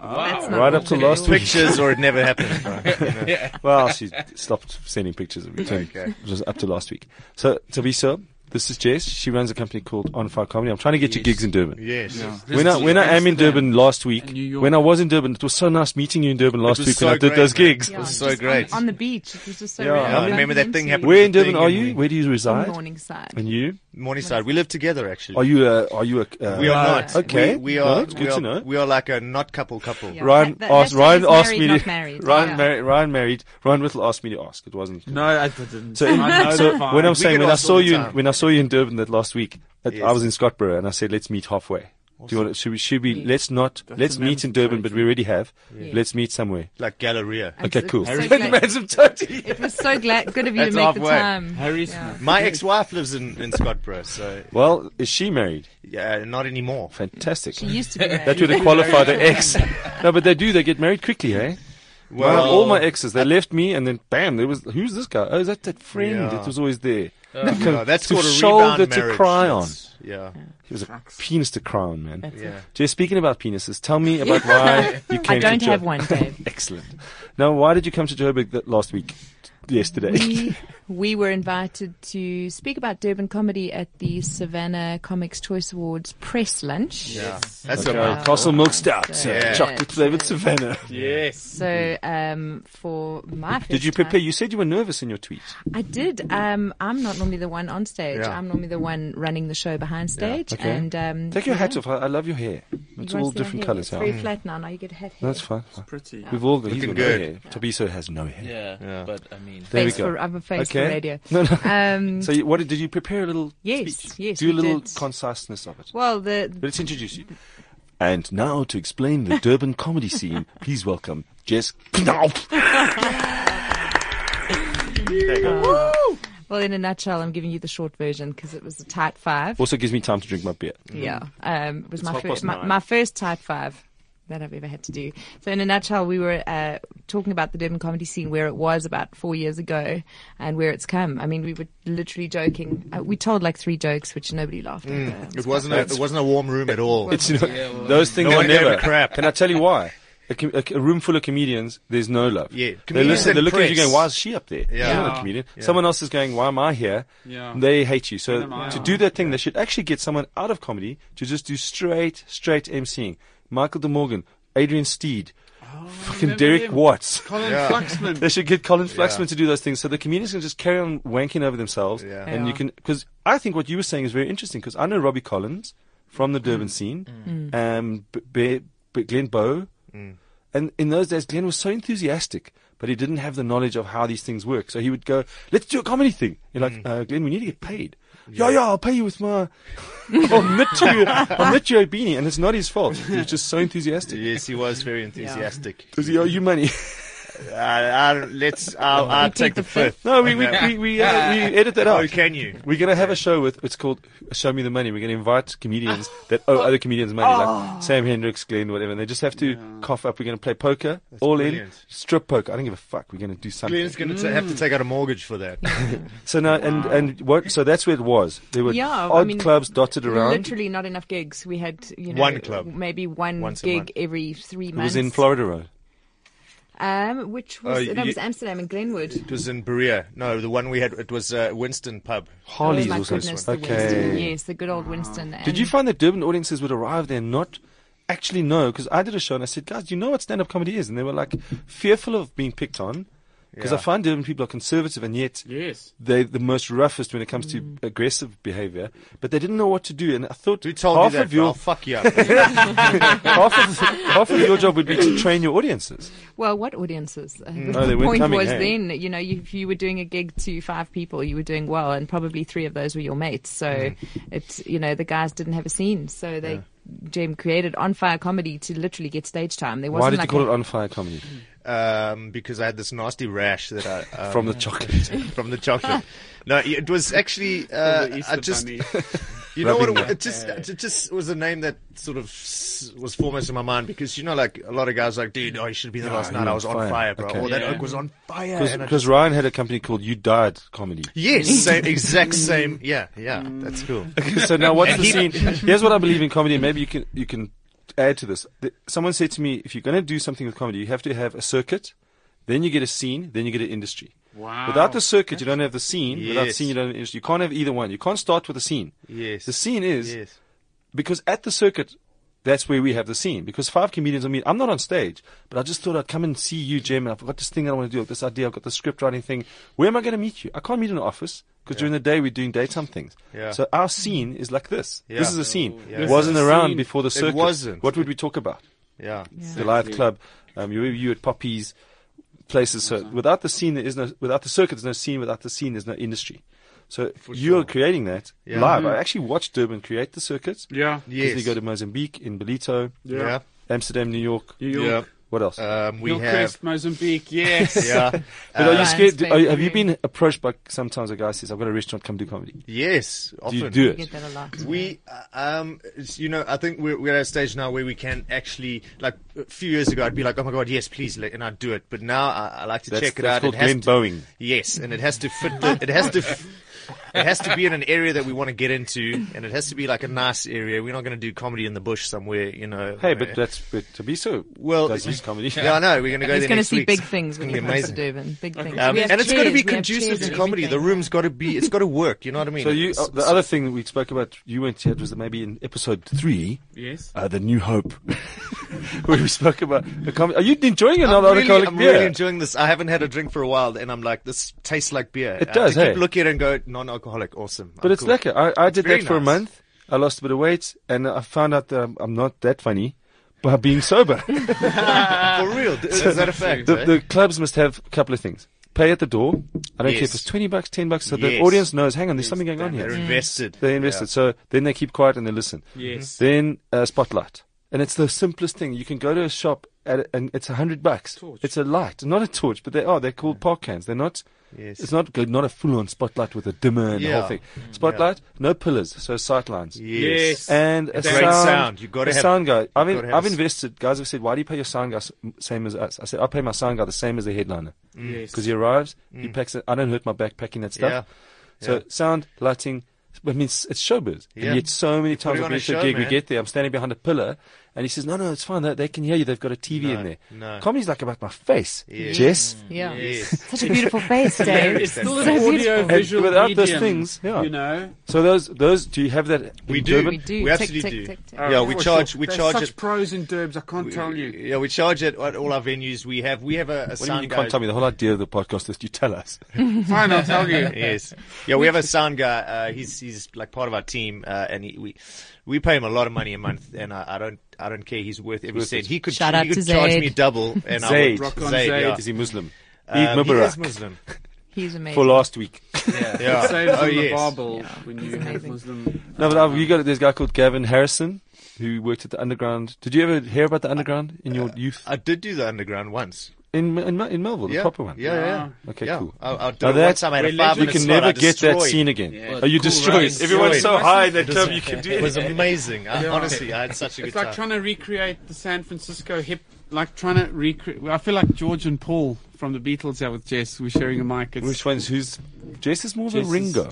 Speaker 5: That's not
Speaker 2: right up to
Speaker 5: normal.
Speaker 2: last week.
Speaker 6: Pictures or it never happened. bro.
Speaker 2: Well, she stopped sending pictures of me. too.
Speaker 6: Okay.
Speaker 2: It was up to last week. So Tabisa, this is Jess. She runs a company called On Fire Comedy. I'm trying to get you
Speaker 3: Yes.
Speaker 2: gigs in Durban.
Speaker 6: Yes.
Speaker 4: Yeah.
Speaker 2: When I, when I am in Durban last week,
Speaker 4: New York.
Speaker 2: when I was in Durban, it was so nice meeting you in Durban last
Speaker 6: was
Speaker 2: week
Speaker 6: so
Speaker 2: when I did
Speaker 6: great,
Speaker 2: those
Speaker 6: man.
Speaker 2: gigs.
Speaker 5: Yeah,
Speaker 6: It was
Speaker 5: it's
Speaker 6: so
Speaker 5: just on-
Speaker 6: great.
Speaker 5: On, the beach. It was just so
Speaker 2: Yeah.
Speaker 5: random.
Speaker 2: Yeah, I
Speaker 5: Bumped
Speaker 6: remember that thing
Speaker 5: into
Speaker 6: happened.
Speaker 2: Where in Durban
Speaker 6: Thing
Speaker 2: are
Speaker 6: and
Speaker 2: you?
Speaker 6: we-
Speaker 2: Where do you reside?
Speaker 5: Morningside.
Speaker 2: And you?
Speaker 6: Morningside. We live together actually.
Speaker 2: Are you a? Are you a? Uh,
Speaker 6: We are not.
Speaker 2: Okay.
Speaker 6: We, we are.
Speaker 2: No, it's good
Speaker 6: we are,
Speaker 2: to know.
Speaker 6: We are like a not couple couple.
Speaker 5: Yeah.
Speaker 2: Ryan
Speaker 5: That- that-
Speaker 2: asked.
Speaker 5: that's
Speaker 2: Ryan
Speaker 5: he's
Speaker 2: asked
Speaker 5: married,
Speaker 2: me.
Speaker 5: not
Speaker 2: to,
Speaker 5: married.
Speaker 2: Ryan
Speaker 5: Yeah.
Speaker 2: married. Ryan married. Ryan Whittle asked me to ask. It wasn't.
Speaker 4: No, I didn't.
Speaker 2: So
Speaker 4: I know
Speaker 2: so
Speaker 4: the vibe.
Speaker 2: when I'm
Speaker 6: We
Speaker 2: saying
Speaker 6: get
Speaker 2: when I
Speaker 6: asked
Speaker 2: saw
Speaker 6: all the
Speaker 2: you in,
Speaker 6: time.
Speaker 2: when I saw you in Durban that last week, that I
Speaker 6: Yes.
Speaker 2: was in Scottsboro and I said let's meet halfway. Do you want? To, should we? Should we? Let's not. let's
Speaker 4: an
Speaker 2: meet in Durban, but we already have. Let's meet somewhere.
Speaker 6: Like Galleria.
Speaker 5: And
Speaker 2: Okay,
Speaker 5: so-
Speaker 2: cool.
Speaker 5: so glad-
Speaker 2: totally.
Speaker 5: It was so glad, good of you to
Speaker 6: That's
Speaker 5: make the
Speaker 6: halfway.
Speaker 5: time.
Speaker 4: Harry's
Speaker 6: My ex-wife lives in, in Scottsboro, so
Speaker 2: Well, is she married?
Speaker 6: yeah, not anymore.
Speaker 2: Fantastic.
Speaker 5: She used to be married.
Speaker 2: That would have qualified her ex. No, but they do. They get married quickly, eh? Well,
Speaker 6: Well-
Speaker 2: all my exes, they left me, and then bam, there was who's this guy? Oh, is that that friend
Speaker 6: Yeah.
Speaker 2: that was always there?
Speaker 6: You know, that's
Speaker 2: to
Speaker 6: called a
Speaker 2: shoulder
Speaker 6: rebound
Speaker 2: to
Speaker 6: marriage.
Speaker 2: cry on.
Speaker 6: It's- Yeah,
Speaker 2: He was a penis to cry on, man.
Speaker 6: yeah.
Speaker 2: Just speaking about penises, tell me about why you
Speaker 5: I
Speaker 2: came.
Speaker 5: don't
Speaker 2: to Jo-
Speaker 5: have one, Dave.
Speaker 2: Excellent. Now, why did you come to Joburg that last week, yesterday?
Speaker 5: we, we were invited to speak about Durban comedy at the Savannah Comics Choice Awards press lunch.
Speaker 6: yeah. That's
Speaker 2: Okay,
Speaker 6: a
Speaker 5: Wow.
Speaker 2: Castle Milk Stout,
Speaker 5: Yeah.
Speaker 2: chocolate flavored Savannah.
Speaker 4: Yes.
Speaker 5: So um, for my first
Speaker 2: Did you prepare?
Speaker 5: time-
Speaker 2: You said you were nervous in your tweet.
Speaker 5: I did. Um, I'm not normally the one on stage.
Speaker 6: Yeah.
Speaker 5: I'm normally the one running the show behind stage.
Speaker 2: Okay.
Speaker 5: And um,
Speaker 2: Take your
Speaker 5: yeah.
Speaker 2: hat off. I, I love your hair.
Speaker 5: You
Speaker 2: It's
Speaker 5: won't
Speaker 2: all
Speaker 5: see my
Speaker 2: different
Speaker 5: hair.
Speaker 2: colors.
Speaker 5: It's
Speaker 2: Yeah.
Speaker 5: very flat now. Now you get to have hair.
Speaker 2: That's fine. fine.
Speaker 4: Pretty.
Speaker 2: We've all got he's
Speaker 6: Looking
Speaker 2: got
Speaker 6: good.
Speaker 2: No hair. Tabiso has no hair.
Speaker 3: Yeah,
Speaker 6: Yeah.
Speaker 3: but I mean,
Speaker 2: There we
Speaker 5: Face
Speaker 2: go.
Speaker 5: for- I'm a face for
Speaker 2: Okay.
Speaker 5: radio.
Speaker 2: No, no.
Speaker 5: Um,
Speaker 2: So, you, what did did you prepare a little?
Speaker 5: Yes,
Speaker 2: speech?
Speaker 5: yes,
Speaker 2: Do a
Speaker 5: we
Speaker 2: little
Speaker 5: did.
Speaker 2: conciseness of it.
Speaker 5: well, the
Speaker 2: Let's introduce you. And now to explain the Durban comedy scene, please welcome Jess Knauf.
Speaker 5: well, Well, in a nutshell, I'm giving you the short version because it was a type five.
Speaker 2: Also gives me time to drink my beer.
Speaker 5: Yeah, um, it was my,
Speaker 6: half
Speaker 5: fir-
Speaker 6: past
Speaker 5: my
Speaker 6: nine.
Speaker 5: my first type five that I've ever had to do. So in a nutshell, we were uh, talking about the Durban comedy scene where it was about four years ago and where it's come. I mean, we were literally joking. Uh, we told like three jokes, which nobody laughed at. but
Speaker 6: Mm, It wasn't. A, it wasn't a warm room at all.
Speaker 2: It's you know, those things
Speaker 6: No
Speaker 2: are
Speaker 6: one gave a
Speaker 2: never.
Speaker 6: crap.
Speaker 2: Can I tell you why? A, com- a, a room full of comedians, there's no love.
Speaker 6: Yeah,
Speaker 2: they
Speaker 6: comedians
Speaker 2: listen.
Speaker 6: and
Speaker 2: They look at you,
Speaker 6: press.
Speaker 2: going, "Why is she up there?
Speaker 6: Yeah.
Speaker 2: She's not a
Speaker 7: Yeah.
Speaker 2: comedian."
Speaker 6: Yeah.
Speaker 2: Someone else is going, "Why am I here?"
Speaker 7: Yeah.
Speaker 2: They hate you. So
Speaker 7: Get them out.
Speaker 2: to do that thing, they should actually get someone out of comedy to just do straight, straight emceeing. Michael De Morgan, Adrian Steed, fucking
Speaker 6: Oh,
Speaker 7: remember
Speaker 2: Derek
Speaker 7: them.
Speaker 2: Watts.
Speaker 7: Colin
Speaker 6: Yeah.
Speaker 7: Fluxman.
Speaker 2: They should get Colin Flaxman to do those things so the comedians can just carry on wanking over themselves.
Speaker 6: Yeah.
Speaker 2: And
Speaker 5: Yeah.
Speaker 2: you can, because I think what you were saying is very interesting because I know Robbie Collins from the Durban scene, um, B- B- B- Glenn Bow. And in those days, Glenn was so enthusiastic, but he didn't have the knowledge of how these things work. So he would go, let's do a comedy thing. You're like, uh, Glenn, we need to get paid. Yeah, yeah, I'll pay you with my. I'll knit you, I'll knit you a beanie. And it's not his fault. He was just so enthusiastic.
Speaker 6: Yes, he was very enthusiastic.
Speaker 2: Does he owe you money?
Speaker 6: I, I, let's. I'll, I'll take the fifth.
Speaker 2: no, we, we, we, we, uh, we edit that out.
Speaker 6: Oh, can you?
Speaker 2: We're going to have a show with, it's called Show Me the Money. We're going to invite comedians that owe other comedians money,
Speaker 6: Oh.
Speaker 2: like Sam Hendricks, Glenn, whatever. And they just have to cough up. We're going to play poker, all in,
Speaker 6: brilliant.
Speaker 2: strip poker. I don't give a fuck. We're going to do something.
Speaker 6: Glenn's going to have to take out a mortgage for that.
Speaker 2: So now, and, and what, so that's where it was. There were
Speaker 5: Yeah, I
Speaker 2: odd
Speaker 5: mean,
Speaker 2: clubs dotted around.
Speaker 5: Literally not enough gigs. We had you know
Speaker 6: One club.
Speaker 5: maybe one
Speaker 6: Once a month.
Speaker 5: gig every three
Speaker 2: It
Speaker 5: months.
Speaker 2: was in Florida Road.
Speaker 5: um, which was no,
Speaker 6: Oh,
Speaker 5: it
Speaker 6: you-
Speaker 5: was Amsterdam and Glenwood.
Speaker 6: It was in Berea. No, the one we had. It was uh, Winston Pub.
Speaker 2: Harley's
Speaker 5: oh my
Speaker 2: was this
Speaker 5: goodness,
Speaker 2: one.
Speaker 5: the Winston.
Speaker 2: Okay.
Speaker 5: Yes, the good old Winston.
Speaker 2: Did
Speaker 5: And-
Speaker 2: you find that Durban audiences would arrive there and not actually know? Because I did a show and I said, guys, do you know what stand up comedy is? And they were like fearful of being picked on. Because I
Speaker 6: Yeah.
Speaker 2: find Durban people are conservative and yet
Speaker 7: Yes.
Speaker 2: they're the most roughest when it comes
Speaker 5: Mm.
Speaker 2: to aggressive behavior. But they didn't know what to do. And I thought
Speaker 6: Who told
Speaker 2: half
Speaker 6: you that?
Speaker 2: of your
Speaker 6: I'll fuck you up.
Speaker 2: half, of, half of your job would be to train your audiences.
Speaker 5: Well, what audiences? Uh, The
Speaker 2: No, they weren't
Speaker 5: point
Speaker 2: coming,
Speaker 5: was
Speaker 2: hey?
Speaker 5: then, you know, you, if you were doing a gig to five people, you were doing well, and probably three of those were your mates. So it's, you know, the guys didn't have a scene. So they, Jim created On Fire Comedy to literally get stage time. There
Speaker 2: Why
Speaker 5: wasn't
Speaker 2: did
Speaker 5: like
Speaker 2: you call
Speaker 5: a-
Speaker 2: it on fire comedy?
Speaker 6: um, because I had this nasty rash that I um,
Speaker 2: From the chocolate.
Speaker 6: from the chocolate. No, it was actually uh,
Speaker 7: the Easter
Speaker 6: I just
Speaker 7: Bunny.
Speaker 6: you know what
Speaker 2: Rubbing
Speaker 6: it, it just it just was a name that sort of s- was foremost in my mind because you know like a lot of guys like dude oh you should have been there last
Speaker 2: you're
Speaker 6: night I
Speaker 2: on
Speaker 6: was on
Speaker 2: fire."
Speaker 6: fire bro
Speaker 2: Okay.
Speaker 6: or that
Speaker 7: Yeah.
Speaker 6: oak was on fire and I
Speaker 2: Because Ryan had a company called You Died Comedy.
Speaker 6: Yes, same, exact same. Yeah, yeah, that's cool.
Speaker 7: Mm.
Speaker 2: so now what's the scene? Here's what I believe in comedy, and maybe you can you can add to this. The- Someone said to me, if you're going to do something with comedy, you have to have a circuit, then you get a scene, then you get an industry.
Speaker 7: Wow.
Speaker 2: Without the circuit, you don't have the scene. Without the
Speaker 6: Yes.
Speaker 2: scene, you don't have the industry. You can't have either one. You can't start with a scene.
Speaker 6: Yes.
Speaker 2: The scene is
Speaker 6: Yes.
Speaker 2: because at the circuit. That's where we have the scene because five comedians. I mean, I'm not on stage, but I just thought I'd come and see you, Jim. And I've got this thing I want to do, I've got this idea, I've got the script writing thing. Where am I going to meet you? I can't meet in an office because during the day we're doing daytime things.
Speaker 6: Yeah.
Speaker 2: So our scene is like this.
Speaker 6: Yeah.
Speaker 2: This is a scene.
Speaker 6: Yeah.
Speaker 2: It wasn't
Speaker 7: This is a
Speaker 2: around
Speaker 7: scene.
Speaker 2: before the circuit.
Speaker 6: wasn't.
Speaker 2: What would we talk about?
Speaker 6: Yeah.
Speaker 2: The live club. Um, you you at Poppy's places. So without the scene, there is no. Without the circuit, there's no scene. Without the scene, there's no industry. So you're creating that
Speaker 6: Yeah.
Speaker 2: live. I actually watched Durban create the circuit.
Speaker 7: Yeah.
Speaker 2: Because
Speaker 6: Yes.
Speaker 2: they go to Mozambique, in Belito,
Speaker 6: Yeah.
Speaker 2: Amsterdam, New York.
Speaker 7: New York.
Speaker 2: What else?
Speaker 6: Um, we have.
Speaker 7: Hillcrest, Mozambique. Yes.
Speaker 6: Yeah.
Speaker 2: but are you
Speaker 5: Ryan's
Speaker 2: scared? do- Are, you- have you
Speaker 5: Bakery.
Speaker 2: been approached by sometimes a guy says, "I've got a restaurant, come do comedy."
Speaker 6: Yes.
Speaker 2: Do
Speaker 6: Often.
Speaker 2: you do
Speaker 5: You
Speaker 2: it?
Speaker 5: get that a lot.
Speaker 6: We, uh, um, it's- you know, I think we're, we're at a stage now where we can actually, like, a few years ago, I'd be like, oh my god, yes, please, le- and I'd do it. But now I, I like to
Speaker 2: That's,
Speaker 6: check it
Speaker 2: that's
Speaker 6: out.
Speaker 2: called
Speaker 6: it has
Speaker 2: Glenn
Speaker 6: to-
Speaker 2: Boeing.
Speaker 6: Yes, and it has to fit. The, it has to. f- It has to be in an area that we want to get into, and it has to be like a nice area. We're not going to do comedy in the bush somewhere, you know.
Speaker 2: Hey,
Speaker 6: where-
Speaker 2: but that's but to be so.
Speaker 6: Well,
Speaker 2: does his comedy.
Speaker 6: Yeah, I know. We're going to go
Speaker 5: He's
Speaker 6: there
Speaker 5: going to
Speaker 6: next
Speaker 5: see
Speaker 6: week.
Speaker 5: big things when
Speaker 6: gonna
Speaker 5: it
Speaker 6: be
Speaker 5: comes to
Speaker 6: amazing.
Speaker 5: Durban. Big things.
Speaker 6: Um,
Speaker 5: We have
Speaker 6: and it's going to
Speaker 5: chairs,
Speaker 6: be
Speaker 5: we have
Speaker 6: conducive
Speaker 5: chairs
Speaker 6: to
Speaker 5: and
Speaker 6: comedy. The
Speaker 5: everything.
Speaker 6: room's got to be. It's got to work. You know what I mean?
Speaker 2: So you,
Speaker 6: It's-
Speaker 2: uh, the other thing that we spoke about, you went to, it was maybe in episode three,
Speaker 7: Yes.
Speaker 2: uh, the New Hope, where we spoke about the comedy. Are you enjoying an alcoholic
Speaker 6: I'm
Speaker 2: beer?
Speaker 6: really enjoying this. I haven't had a drink for a while, and I'm like, this tastes like beer.
Speaker 2: It
Speaker 6: I
Speaker 2: does,
Speaker 6: have to
Speaker 2: hey?
Speaker 6: keep looking at it and go, non-alcoholic, awesome.
Speaker 2: but
Speaker 6: I'm
Speaker 2: it's
Speaker 6: cool.
Speaker 2: lekker. I, I did
Speaker 6: Very
Speaker 2: that for a
Speaker 6: nice.
Speaker 2: month. I lost a bit of weight, and I found out that I'm, I'm not that funny by being sober.
Speaker 6: for real. Is that a fact?
Speaker 2: the,
Speaker 6: eh?
Speaker 2: the clubs must have a couple of things. Pay at the door. I don't care if
Speaker 6: Yes.
Speaker 2: it's 20 bucks, 10 bucks, so the
Speaker 6: Yes.
Speaker 2: audience knows, hang on, there's something going on
Speaker 6: They're
Speaker 2: here.
Speaker 6: invested.
Speaker 2: They invested. So then they keep quiet and they listen. Mm-hmm.
Speaker 7: Yes.
Speaker 2: Then uh, spotlight, and it's the simplest thing. You can go to a shop at a, and it's a hundred bucks.
Speaker 4: Torch.
Speaker 2: It's a light, not a torch, but they are. They're called park cans. They're not.
Speaker 6: Yes.
Speaker 2: It's not good. Not a full-on spotlight with a dimmer and the
Speaker 6: Yeah. Mm-hmm.
Speaker 2: whole thing. Spotlight, no pillars, so sight lines.
Speaker 6: Yes.
Speaker 2: And a
Speaker 6: Great
Speaker 2: sound,
Speaker 6: sound. You gotta
Speaker 2: a
Speaker 6: have-
Speaker 2: sound guy. I mean,
Speaker 6: gotta have
Speaker 2: I've
Speaker 6: a s-
Speaker 2: invested. Guys have said, "Why do you pay your sound guy s- same as us?" I said, "I pay my sound guy the same as the headliner
Speaker 4: Yes.
Speaker 2: because he arrives, he packs it. I don't hurt my back packing that stuff.
Speaker 6: Mm. Yeah.
Speaker 2: So
Speaker 6: Yeah.
Speaker 2: sound, lighting. I mean, it's, it's showbiz.
Speaker 6: Yeah.
Speaker 2: And yet, so many
Speaker 6: put
Speaker 2: times
Speaker 6: it
Speaker 2: I've
Speaker 6: on a
Speaker 2: been to a
Speaker 6: show,
Speaker 2: gig, we
Speaker 6: man.
Speaker 2: get there, I'm standing behind a pillar, and he says, "No, no, it's fine. They, they can hear you. They've got a TV
Speaker 6: No,
Speaker 2: in there."
Speaker 6: no.
Speaker 2: Comedy's like about my face,
Speaker 6: Yeah.
Speaker 2: Jess.
Speaker 5: Yeah.
Speaker 6: Yes.
Speaker 5: Such a beautiful face, Dave.
Speaker 7: It's still
Speaker 5: So
Speaker 7: an
Speaker 5: beautiful.
Speaker 7: audio visual
Speaker 2: And without those
Speaker 7: medium,
Speaker 2: things, yeah.
Speaker 7: You know,
Speaker 2: So those, those, do you have that? in
Speaker 6: We do.
Speaker 2: Durban? Oh,
Speaker 5: We do.
Speaker 6: We
Speaker 5: tick,
Speaker 6: absolutely
Speaker 5: tick,
Speaker 6: do.
Speaker 5: tick, tick.
Speaker 6: Yeah, we
Speaker 7: For
Speaker 6: charge.
Speaker 7: sure.
Speaker 6: We
Speaker 7: Oh, There's
Speaker 6: charge
Speaker 7: such
Speaker 6: it.
Speaker 7: pros and derbs. I can't tell you.
Speaker 6: Yeah, we charge it at all our venues. We have we have a, a
Speaker 2: What do you mean
Speaker 6: sound
Speaker 2: you
Speaker 6: guy.
Speaker 2: can't tell me? The whole idea of the podcast is you tell us.
Speaker 7: Fine, I'll tell you.
Speaker 6: yes. Yeah, we have a sound guy. Uh, he's he's like part of our team, uh, and he, we we pay him a lot of money a month, and I, I don't I don't care. He's worth every
Speaker 2: Worth
Speaker 6: cent.
Speaker 2: it.
Speaker 6: He could
Speaker 5: Shout
Speaker 6: he
Speaker 5: out
Speaker 6: could
Speaker 5: to
Speaker 6: charge
Speaker 5: Zaid.
Speaker 6: me double, and I
Speaker 2: Zaid.
Speaker 6: would
Speaker 7: Rock on
Speaker 6: Zaid,
Speaker 7: Zaid.
Speaker 6: yeah.
Speaker 2: Is he Muslim?
Speaker 6: Um,
Speaker 2: Eid
Speaker 6: he is
Speaker 2: Mubarak
Speaker 6: Muslim.
Speaker 5: He's amazing.
Speaker 2: for last week.
Speaker 6: Yeah.
Speaker 7: Saved
Speaker 6: oh
Speaker 7: from the
Speaker 6: yes.
Speaker 7: Bible
Speaker 5: Yeah,
Speaker 7: when
Speaker 5: it's
Speaker 7: you had
Speaker 5: amazing.
Speaker 7: Muslim.
Speaker 2: No, but I've, you got this guy called Gavin Harrison who worked at the underground. Did you ever hear about the underground in
Speaker 6: Uh,
Speaker 2: your youth
Speaker 6: I did do the underground once.
Speaker 2: in in, in Melville, the
Speaker 6: yeah.
Speaker 2: proper one?
Speaker 6: Yeah, yeah. yeah.
Speaker 2: Okay,
Speaker 6: yeah.
Speaker 2: cool.
Speaker 6: I, I did
Speaker 2: Now
Speaker 6: it
Speaker 2: that's-
Speaker 6: once. I made a
Speaker 2: you
Speaker 6: five minute
Speaker 2: can
Speaker 6: slot, I
Speaker 2: never get that
Speaker 6: destroyed.
Speaker 2: scene again.
Speaker 7: Yeah.
Speaker 2: Oh, you
Speaker 7: Cool
Speaker 2: destroy
Speaker 7: runs.
Speaker 2: it. Everyone's so
Speaker 6: Destroyed.
Speaker 2: high in that club you can do
Speaker 6: It was
Speaker 2: anything.
Speaker 6: amazing. I,
Speaker 7: Yeah.
Speaker 6: Honestly, I had such a good
Speaker 7: It's like
Speaker 6: time.
Speaker 7: trying to recreate the San Francisco hip, like trying to recreate. I feel like George and Paul from the Beatles out with Jess. We're sharing a mic. It's,
Speaker 2: Which one's who's? Jess is more of a
Speaker 7: Jess is-
Speaker 2: Ringo.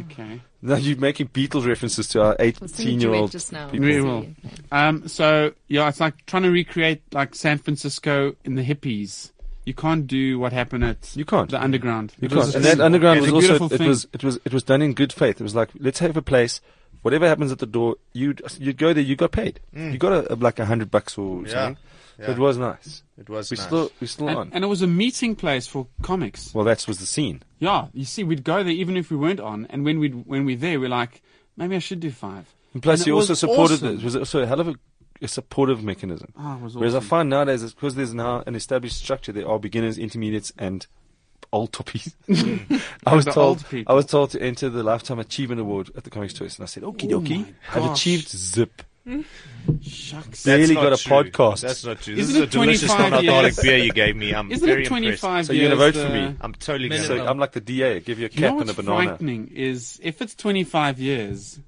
Speaker 7: okay.
Speaker 2: Now you're making Beatles references to our
Speaker 5: Listening to it
Speaker 2: 18-year-old.
Speaker 5: just now.
Speaker 2: people.
Speaker 7: Really well. Um, so yeah, it's like trying to recreate like San Francisco in the hippies. You can't do what happened at
Speaker 2: You can't.
Speaker 7: the underground.
Speaker 2: You
Speaker 7: It was
Speaker 2: can't.
Speaker 7: a-
Speaker 2: And that underground
Speaker 7: it
Speaker 2: was
Speaker 7: a
Speaker 2: also
Speaker 7: beautiful
Speaker 2: it
Speaker 7: thing.
Speaker 2: was it was it was done in good faith. It was like let's have a place. Whatever happens at the door, you'd you'd go there. You got paid. You got a, like a hundred bucks or
Speaker 6: Yeah.
Speaker 2: something. So
Speaker 6: Yeah.
Speaker 2: it was nice.
Speaker 6: It was
Speaker 2: We
Speaker 6: nice.
Speaker 2: still we still on.
Speaker 7: and, and it was a meeting place for comics.
Speaker 2: well, that was the scene.
Speaker 7: Yeah, you see, we'd go there even if we weren't on, and when we when we're there, we're like, maybe I should do five.
Speaker 2: And plus,
Speaker 7: And it
Speaker 2: you also
Speaker 7: was
Speaker 2: supported
Speaker 7: awesome.
Speaker 2: it. was also a hell of a, a supportive mechanism.
Speaker 7: Ah, it was
Speaker 2: Whereas I
Speaker 7: awesome.
Speaker 2: find nowadays, it's because there's now an established structure, there are beginners, intermediates, and old toppies. I was
Speaker 7: the
Speaker 2: told
Speaker 7: old people.
Speaker 2: I was told to enter the Lifetime Achievement Award at the Comics Choice, and I said, "Okie
Speaker 7: Oh
Speaker 2: dokie,
Speaker 7: my
Speaker 2: I've
Speaker 7: gosh.
Speaker 2: achieved zip."
Speaker 7: Shucks.
Speaker 2: Barely
Speaker 6: That's not
Speaker 2: got a
Speaker 6: true.
Speaker 2: podcast.
Speaker 6: That's not true.
Speaker 7: Isn't
Speaker 6: this is
Speaker 7: it
Speaker 6: a delicious
Speaker 7: 25
Speaker 6: non-alcoholic
Speaker 7: years?
Speaker 6: beer you gave me. I'm
Speaker 7: Isn't
Speaker 6: very
Speaker 7: it
Speaker 6: impressed.
Speaker 7: 25
Speaker 2: So
Speaker 7: years?
Speaker 2: you're gonna vote
Speaker 7: the-
Speaker 2: for me?
Speaker 6: I'm totally going
Speaker 2: So
Speaker 3: Minimum.
Speaker 2: I'm like the DA, give you a
Speaker 7: You know
Speaker 2: cap and
Speaker 7: what's
Speaker 2: a banana.
Speaker 7: frightening is if it's 25 years,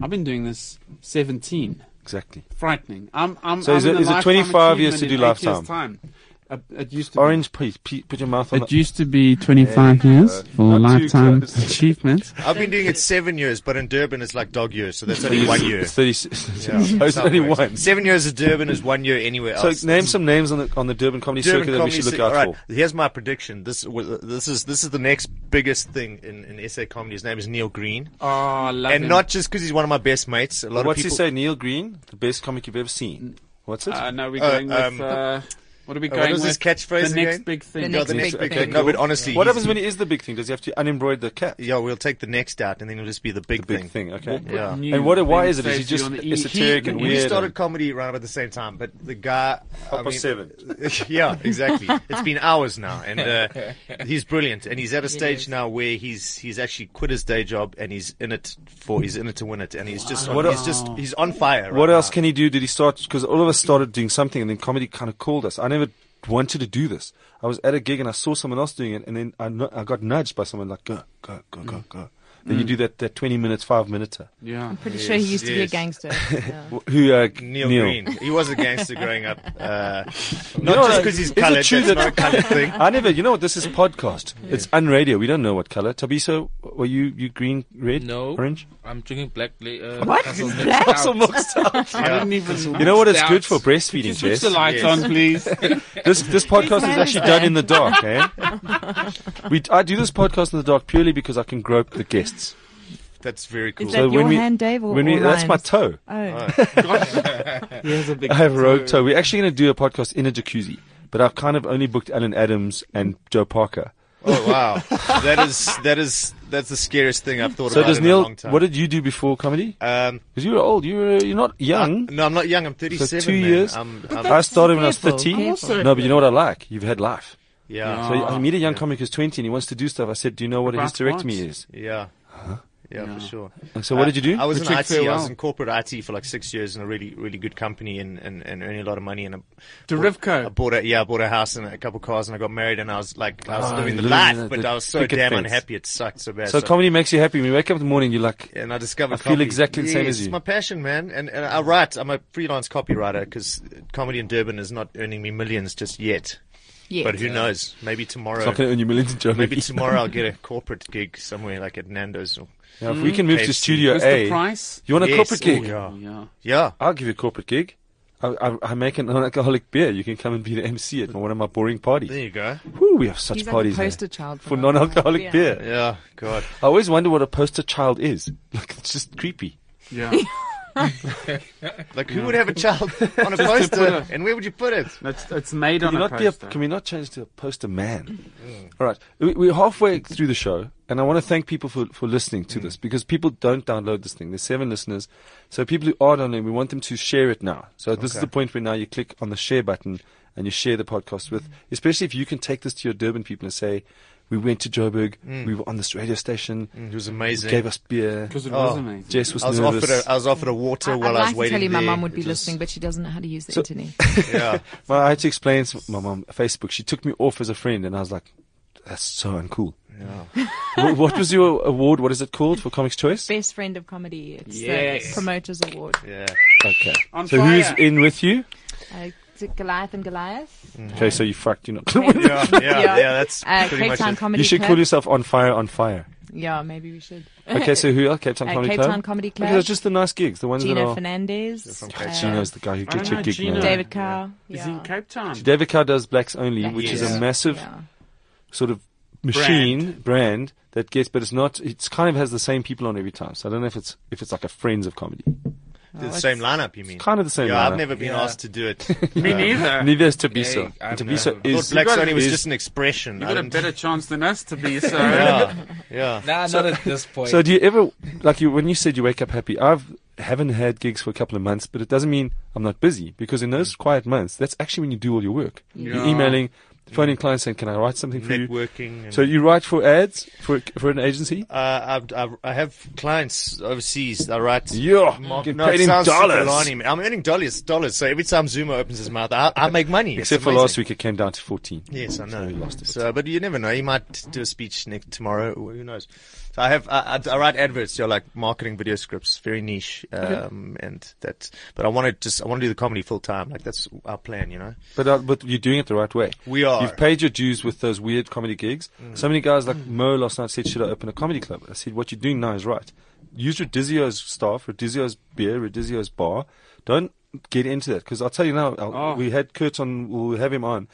Speaker 7: I've been doing this 17.
Speaker 2: Exactly.
Speaker 7: Frightening. I'm, I'm,
Speaker 2: So
Speaker 7: I'm
Speaker 2: is
Speaker 7: in
Speaker 2: it-
Speaker 7: the
Speaker 2: is it
Speaker 7: lifetime
Speaker 2: 25 years to
Speaker 7: achievement
Speaker 2: do
Speaker 7: in eight years'
Speaker 2: lifetime?
Speaker 7: time. Uh, it used to
Speaker 2: Orange, please. P- Put your mouth
Speaker 7: Be,
Speaker 2: on.
Speaker 7: it
Speaker 2: the-
Speaker 7: used to be 25 years for
Speaker 2: Uh, Not too
Speaker 7: lifetime
Speaker 2: close.
Speaker 7: achievement.
Speaker 6: I've been doing it seven years, but in Durban it's like dog years, so that's only one year.
Speaker 2: It's thirty-six.
Speaker 6: Yeah,
Speaker 2: Oh, it's
Speaker 6: South
Speaker 2: only
Speaker 6: Wales.
Speaker 2: one.
Speaker 6: Seven years of Durban is one year anywhere
Speaker 2: So
Speaker 6: else.
Speaker 2: name some names on the on the Durban comedy
Speaker 6: Durban
Speaker 2: circuit that we
Speaker 6: comedy
Speaker 2: should look
Speaker 6: scene-
Speaker 2: out
Speaker 6: alright,
Speaker 2: for.
Speaker 6: Here's my prediction. This was, this is this is the next biggest thing in, in SA comedy. His name is Neil Green,
Speaker 7: Oh, I love
Speaker 6: and
Speaker 7: him.
Speaker 6: not just because he's one of my best mates. A lot
Speaker 2: What's
Speaker 6: of
Speaker 2: he
Speaker 6: people.
Speaker 2: say? Neil Green, the best comic you've ever seen. What's it?
Speaker 7: Uh, no, we're
Speaker 6: Uh,
Speaker 7: going
Speaker 6: um,
Speaker 7: with. Uh, what are we
Speaker 6: uh,
Speaker 7: going
Speaker 6: what was
Speaker 7: with?
Speaker 6: his catchphrase
Speaker 7: The next
Speaker 6: again?
Speaker 7: big thing.
Speaker 5: The
Speaker 6: Yeah,
Speaker 5: next big
Speaker 6: okay,
Speaker 5: thing.
Speaker 6: No, but honestly,
Speaker 2: what
Speaker 6: he's-
Speaker 2: happens when it is the big thing? Does he have to unembroider the cap?
Speaker 6: Yeah, we'll take the next out, and then it'll just be the big,
Speaker 2: The big thing, okay.
Speaker 7: What
Speaker 6: Yeah.
Speaker 7: new
Speaker 2: And what? Why
Speaker 7: thing
Speaker 2: is it? Is he
Speaker 7: saves you
Speaker 2: just
Speaker 7: on the E?
Speaker 2: esoteric and
Speaker 7: He-
Speaker 2: weird?
Speaker 6: We
Speaker 2: and-
Speaker 6: started comedy around about the same time, but the guy. I
Speaker 2: Half past seven.
Speaker 6: yeah, exactly. It's been hours now, and uh, he's brilliant. And he's at a stage now where he's he's actually quit his day job and he's in it for he's in it to win it, and he's just
Speaker 2: What
Speaker 6: he's
Speaker 2: el-
Speaker 6: just he's on fire. Right
Speaker 2: What else
Speaker 6: now.
Speaker 2: can he do? Did he start? Because all of us started doing something, and then comedy kind of called us. I never wanted to do this. I was at a gig and I saw someone else doing it, and then I, kn- I got nudged by someone like go go go go go. Then you do that that twenty minutes five minute
Speaker 7: Yeah.
Speaker 5: Pretty sure he used to be a
Speaker 6: yes.
Speaker 5: gangster. Yeah.
Speaker 2: who uh,
Speaker 6: Neil, Green. He was a gangster growing up. Uh, not
Speaker 2: know,
Speaker 6: just because he's
Speaker 2: is it
Speaker 6: coloured.
Speaker 2: true
Speaker 6: that's
Speaker 2: that-
Speaker 6: not a coloured thing.
Speaker 2: I never, you know what? This is podcast. It's unradio. We don't know what color. Tabiso, were you you green, red,
Speaker 3: No.
Speaker 2: orange?
Speaker 3: I'm drinking black. la- Uh,
Speaker 5: What?
Speaker 3: Castle Milk
Speaker 5: Black?
Speaker 3: Stout.
Speaker 2: Muscle mixed up.
Speaker 7: I didn't even.
Speaker 2: You know what? It's
Speaker 3: Stout.
Speaker 2: good for
Speaker 7: Can you
Speaker 2: breastfeeding,
Speaker 7: switch
Speaker 2: Jess.
Speaker 7: the lights
Speaker 6: Yes.
Speaker 7: on, please.
Speaker 2: This this podcast is
Speaker 5: manage
Speaker 2: actually
Speaker 5: that.
Speaker 2: done in the dark, eh? We I do this podcast in the dark purely because I can grope the guests.
Speaker 6: That's very cool.
Speaker 5: Is that
Speaker 2: So
Speaker 5: your
Speaker 2: when we-
Speaker 5: hand, Dave, or,
Speaker 2: When
Speaker 5: or
Speaker 2: we, that's my
Speaker 5: Ryan's?
Speaker 2: toe.
Speaker 5: Oh,
Speaker 7: He has a big.
Speaker 2: I have a rogue toe. We're actually going to do a podcast in a jacuzzi, but I've kind of only booked Alan Adams and Joe Parker.
Speaker 6: Oh wow, that is that is that's the scariest thing I've thought
Speaker 2: So
Speaker 6: about
Speaker 2: does
Speaker 6: in a
Speaker 2: Neil?
Speaker 6: long time.
Speaker 2: What did you do before comedy?
Speaker 6: um,
Speaker 2: Because you were old. You were you're not young.
Speaker 6: no, I'm not young. I'm 37.
Speaker 2: two
Speaker 6: man.
Speaker 2: years?
Speaker 6: I'm,
Speaker 2: I
Speaker 6: I'm,
Speaker 2: started when I was
Speaker 5: Careful,
Speaker 2: 30.
Speaker 5: careful.
Speaker 2: Um, No, but you know what I like? You've had life.
Speaker 6: yeah. Ah.
Speaker 2: So I meet a young comic who's 20 and he wants to do stuff. I said, do you know what a
Speaker 7: About
Speaker 2: hysterectomy
Speaker 7: what?
Speaker 2: is?
Speaker 6: Yeah. Yeah,
Speaker 7: Yeah.
Speaker 6: for sure.
Speaker 2: So what
Speaker 6: Uh,
Speaker 2: did you do?
Speaker 6: I was in
Speaker 7: Matric
Speaker 6: IT. I
Speaker 7: farewell.
Speaker 6: was in corporate IT for like six years in a really, really good company and, and, and earning a lot of money. And I,
Speaker 7: To
Speaker 6: I
Speaker 7: Rivco.
Speaker 6: bought a yeah, I bought a house and a couple cars, and I got married. And I was like, I was
Speaker 2: Oh,
Speaker 6: living the
Speaker 2: living
Speaker 6: life,
Speaker 2: the-
Speaker 6: but
Speaker 2: the
Speaker 6: I was so
Speaker 2: picket
Speaker 6: damn
Speaker 2: fence.
Speaker 6: unhappy. It sucked so bad.
Speaker 2: so,
Speaker 6: So-
Speaker 2: comedy makes you happy. When you wake up in the morning, you're like,
Speaker 6: and I discovered
Speaker 2: I feel
Speaker 6: copy.
Speaker 2: exactly the same
Speaker 6: Yes,
Speaker 2: as you.
Speaker 6: It's my passion, man. And, and I write. I'm a freelance copywriter because comedy in Durban is not earning me millions just yet.
Speaker 5: Yeah.
Speaker 6: But who knows? Maybe tomorrow.
Speaker 2: it's not going to earn you millions in Germany.
Speaker 6: Maybe tomorrow I'll get a corporate gig somewhere like at Nando's. Or,
Speaker 2: Now, if we can move to
Speaker 6: KFC.
Speaker 2: Studio
Speaker 7: What's
Speaker 2: A,
Speaker 7: the price?
Speaker 2: you want a
Speaker 6: Yes.
Speaker 2: corporate
Speaker 6: Oh,
Speaker 2: gig?
Speaker 6: yeah.
Speaker 7: Yeah.
Speaker 6: yeah.
Speaker 2: I'll give you a corporate gig. I, I, I make an non-alcoholic beer. You can come and be the MC at one of my boring
Speaker 6: There
Speaker 2: parties.
Speaker 6: you go.
Speaker 2: Whew, we have such
Speaker 5: He's like a
Speaker 2: parties there.
Speaker 5: poster child
Speaker 2: for non-alcoholic beer.
Speaker 6: Yeah. God.
Speaker 2: I always wonder what a poster child is. Like it's just creepy.
Speaker 7: Yeah.
Speaker 6: Like who would have a child on a
Speaker 7: Just to put
Speaker 6: poster?
Speaker 7: a-
Speaker 6: And where would you put it?
Speaker 7: It's, it's made on
Speaker 2: Can we,
Speaker 7: a
Speaker 2: not be a,
Speaker 7: poster.
Speaker 2: can we not change to a poster man? All right, we, we're halfway through the show, and I want to thank people for, for listening to this because people don't download this thing. There's seven listeners, so people who are downloading, we want them to share it now. So this is the point where now you click on the share button and you share the podcast with, especially if you can take this to your Durban people and say, "We went to Joburg, we were on this radio station,
Speaker 6: It was
Speaker 2: they
Speaker 6: amazing.
Speaker 2: gave us beer."
Speaker 7: Because it
Speaker 6: Oh.
Speaker 7: was amazing.
Speaker 2: Jess was,
Speaker 6: Mm. I was
Speaker 2: nervous.
Speaker 6: offered a, I was offered a water
Speaker 5: I, I'd
Speaker 6: while I
Speaker 5: like
Speaker 6: was waiting.
Speaker 5: to tell you my
Speaker 6: there.
Speaker 5: mum would be
Speaker 6: It was-
Speaker 5: listening, but she doesn't know how to use the
Speaker 2: So-
Speaker 5: internet.
Speaker 6: Yeah.
Speaker 2: Well, I had to explain to my mom Facebook. She took me off as a friend, and I was like, "That's so uncool." Wh- what was your award? What is it called for Comics Choice?
Speaker 5: Best friend of comedy. It's
Speaker 7: Yes.
Speaker 5: the Promoters Award.
Speaker 6: Yeah.
Speaker 2: Okay.
Speaker 7: On
Speaker 2: so
Speaker 7: fire.
Speaker 2: who's in with you?
Speaker 5: Uh, is it Goliath and Goliath.
Speaker 2: Okay, so you fucked. You're not.
Speaker 5: Maybe.
Speaker 6: Yeah. Yeah. Yeah. That's
Speaker 5: uh,
Speaker 6: pretty
Speaker 5: Cape
Speaker 6: much
Speaker 5: Town
Speaker 6: it.
Speaker 5: Comedy
Speaker 2: you should
Speaker 5: Club.
Speaker 2: call yourself on fire, on fire.
Speaker 5: Yeah, maybe we should.
Speaker 2: Okay, so who else? Cape Town
Speaker 5: Uh,
Speaker 2: Comedy
Speaker 5: Cape
Speaker 2: Club.
Speaker 5: Town Comedy
Speaker 2: Okay,
Speaker 5: Club.
Speaker 2: that's just the nice gigs, the ones that
Speaker 5: Gino
Speaker 2: are.
Speaker 5: Fernandez.
Speaker 6: from
Speaker 5: uh,
Speaker 6: Cape
Speaker 2: Gino's the guy who
Speaker 7: I
Speaker 2: gets
Speaker 7: don't
Speaker 2: your
Speaker 7: know,
Speaker 2: gig,
Speaker 7: Gino.
Speaker 2: man.
Speaker 5: David Cow.
Speaker 7: He's
Speaker 5: yeah.
Speaker 7: in Cape Town.
Speaker 2: David Carr does Blacks Only, which is
Speaker 6: Yes.
Speaker 2: a massive
Speaker 5: Yeah.
Speaker 2: sort of machine brand. that gets, but it's not. It's kind of has the same people on every time. So I don't know if it's if it's like a Friends of Comedy.
Speaker 6: The same lineup, you mean?
Speaker 2: Kind of the same.
Speaker 6: Yeah,
Speaker 2: lineup.
Speaker 6: I've never been
Speaker 3: Yeah.
Speaker 6: asked to do it.
Speaker 7: Me neither.
Speaker 2: Neither is Tabiso.
Speaker 3: Yeah, I've
Speaker 2: Tabiso
Speaker 3: never-
Speaker 6: Lord
Speaker 2: is.
Speaker 6: Black
Speaker 7: got-
Speaker 6: Sony was
Speaker 2: is-
Speaker 6: just an expression.
Speaker 7: You
Speaker 6: I
Speaker 7: got a
Speaker 6: didn't-
Speaker 7: better chance than us to be, so.
Speaker 6: Yeah, yeah.
Speaker 3: Nah, not at this point.
Speaker 2: So do you ever like you when you said you wake up happy? I've haven't had gigs for a couple of months, but it doesn't mean I'm not busy because in
Speaker 6: Mm.
Speaker 2: those quiet months, that's actually when you do all your work. You're
Speaker 7: Yeah.
Speaker 2: emailing, phoning clients saying, "Can I write something for you?"
Speaker 6: Networking. And,
Speaker 2: So you write for ads for for an agency?
Speaker 6: uh, I, I, I have clients overseas. I write.
Speaker 2: Yeah, get
Speaker 6: No,
Speaker 2: paid
Speaker 6: it
Speaker 2: in
Speaker 6: sounds super
Speaker 2: dollars.
Speaker 6: alarming. I'm earning dollars, dollars. So every time Zuma opens his mouth, I, I make money. It's
Speaker 2: Except for
Speaker 6: amazing.
Speaker 2: last week, it came down to fourteen.
Speaker 6: Yes, I know.
Speaker 2: So we lost a bit.
Speaker 6: So, uh, but you never know. He might do a speech next tomorrow. Who knows? So I have I, I, I write adverts. You know, like marketing video scripts, very niche. Um, and that. But I want to just I want to do the comedy full time. Like that's our plan. You know.
Speaker 2: But uh, but you're doing it the right way.
Speaker 6: We are. Mm.
Speaker 2: You've paid your dues with those weird comedy gigs. So many guys like Mo last night said, "Should I open a comedy club?" I said, "What you're doing now is right. Use Redizio's staff, Redizio's beer, Redizio's bar. Don't get into that because I'll tell you now. I'll,
Speaker 7: Oh.
Speaker 2: We had Kurt on. We'll have him on."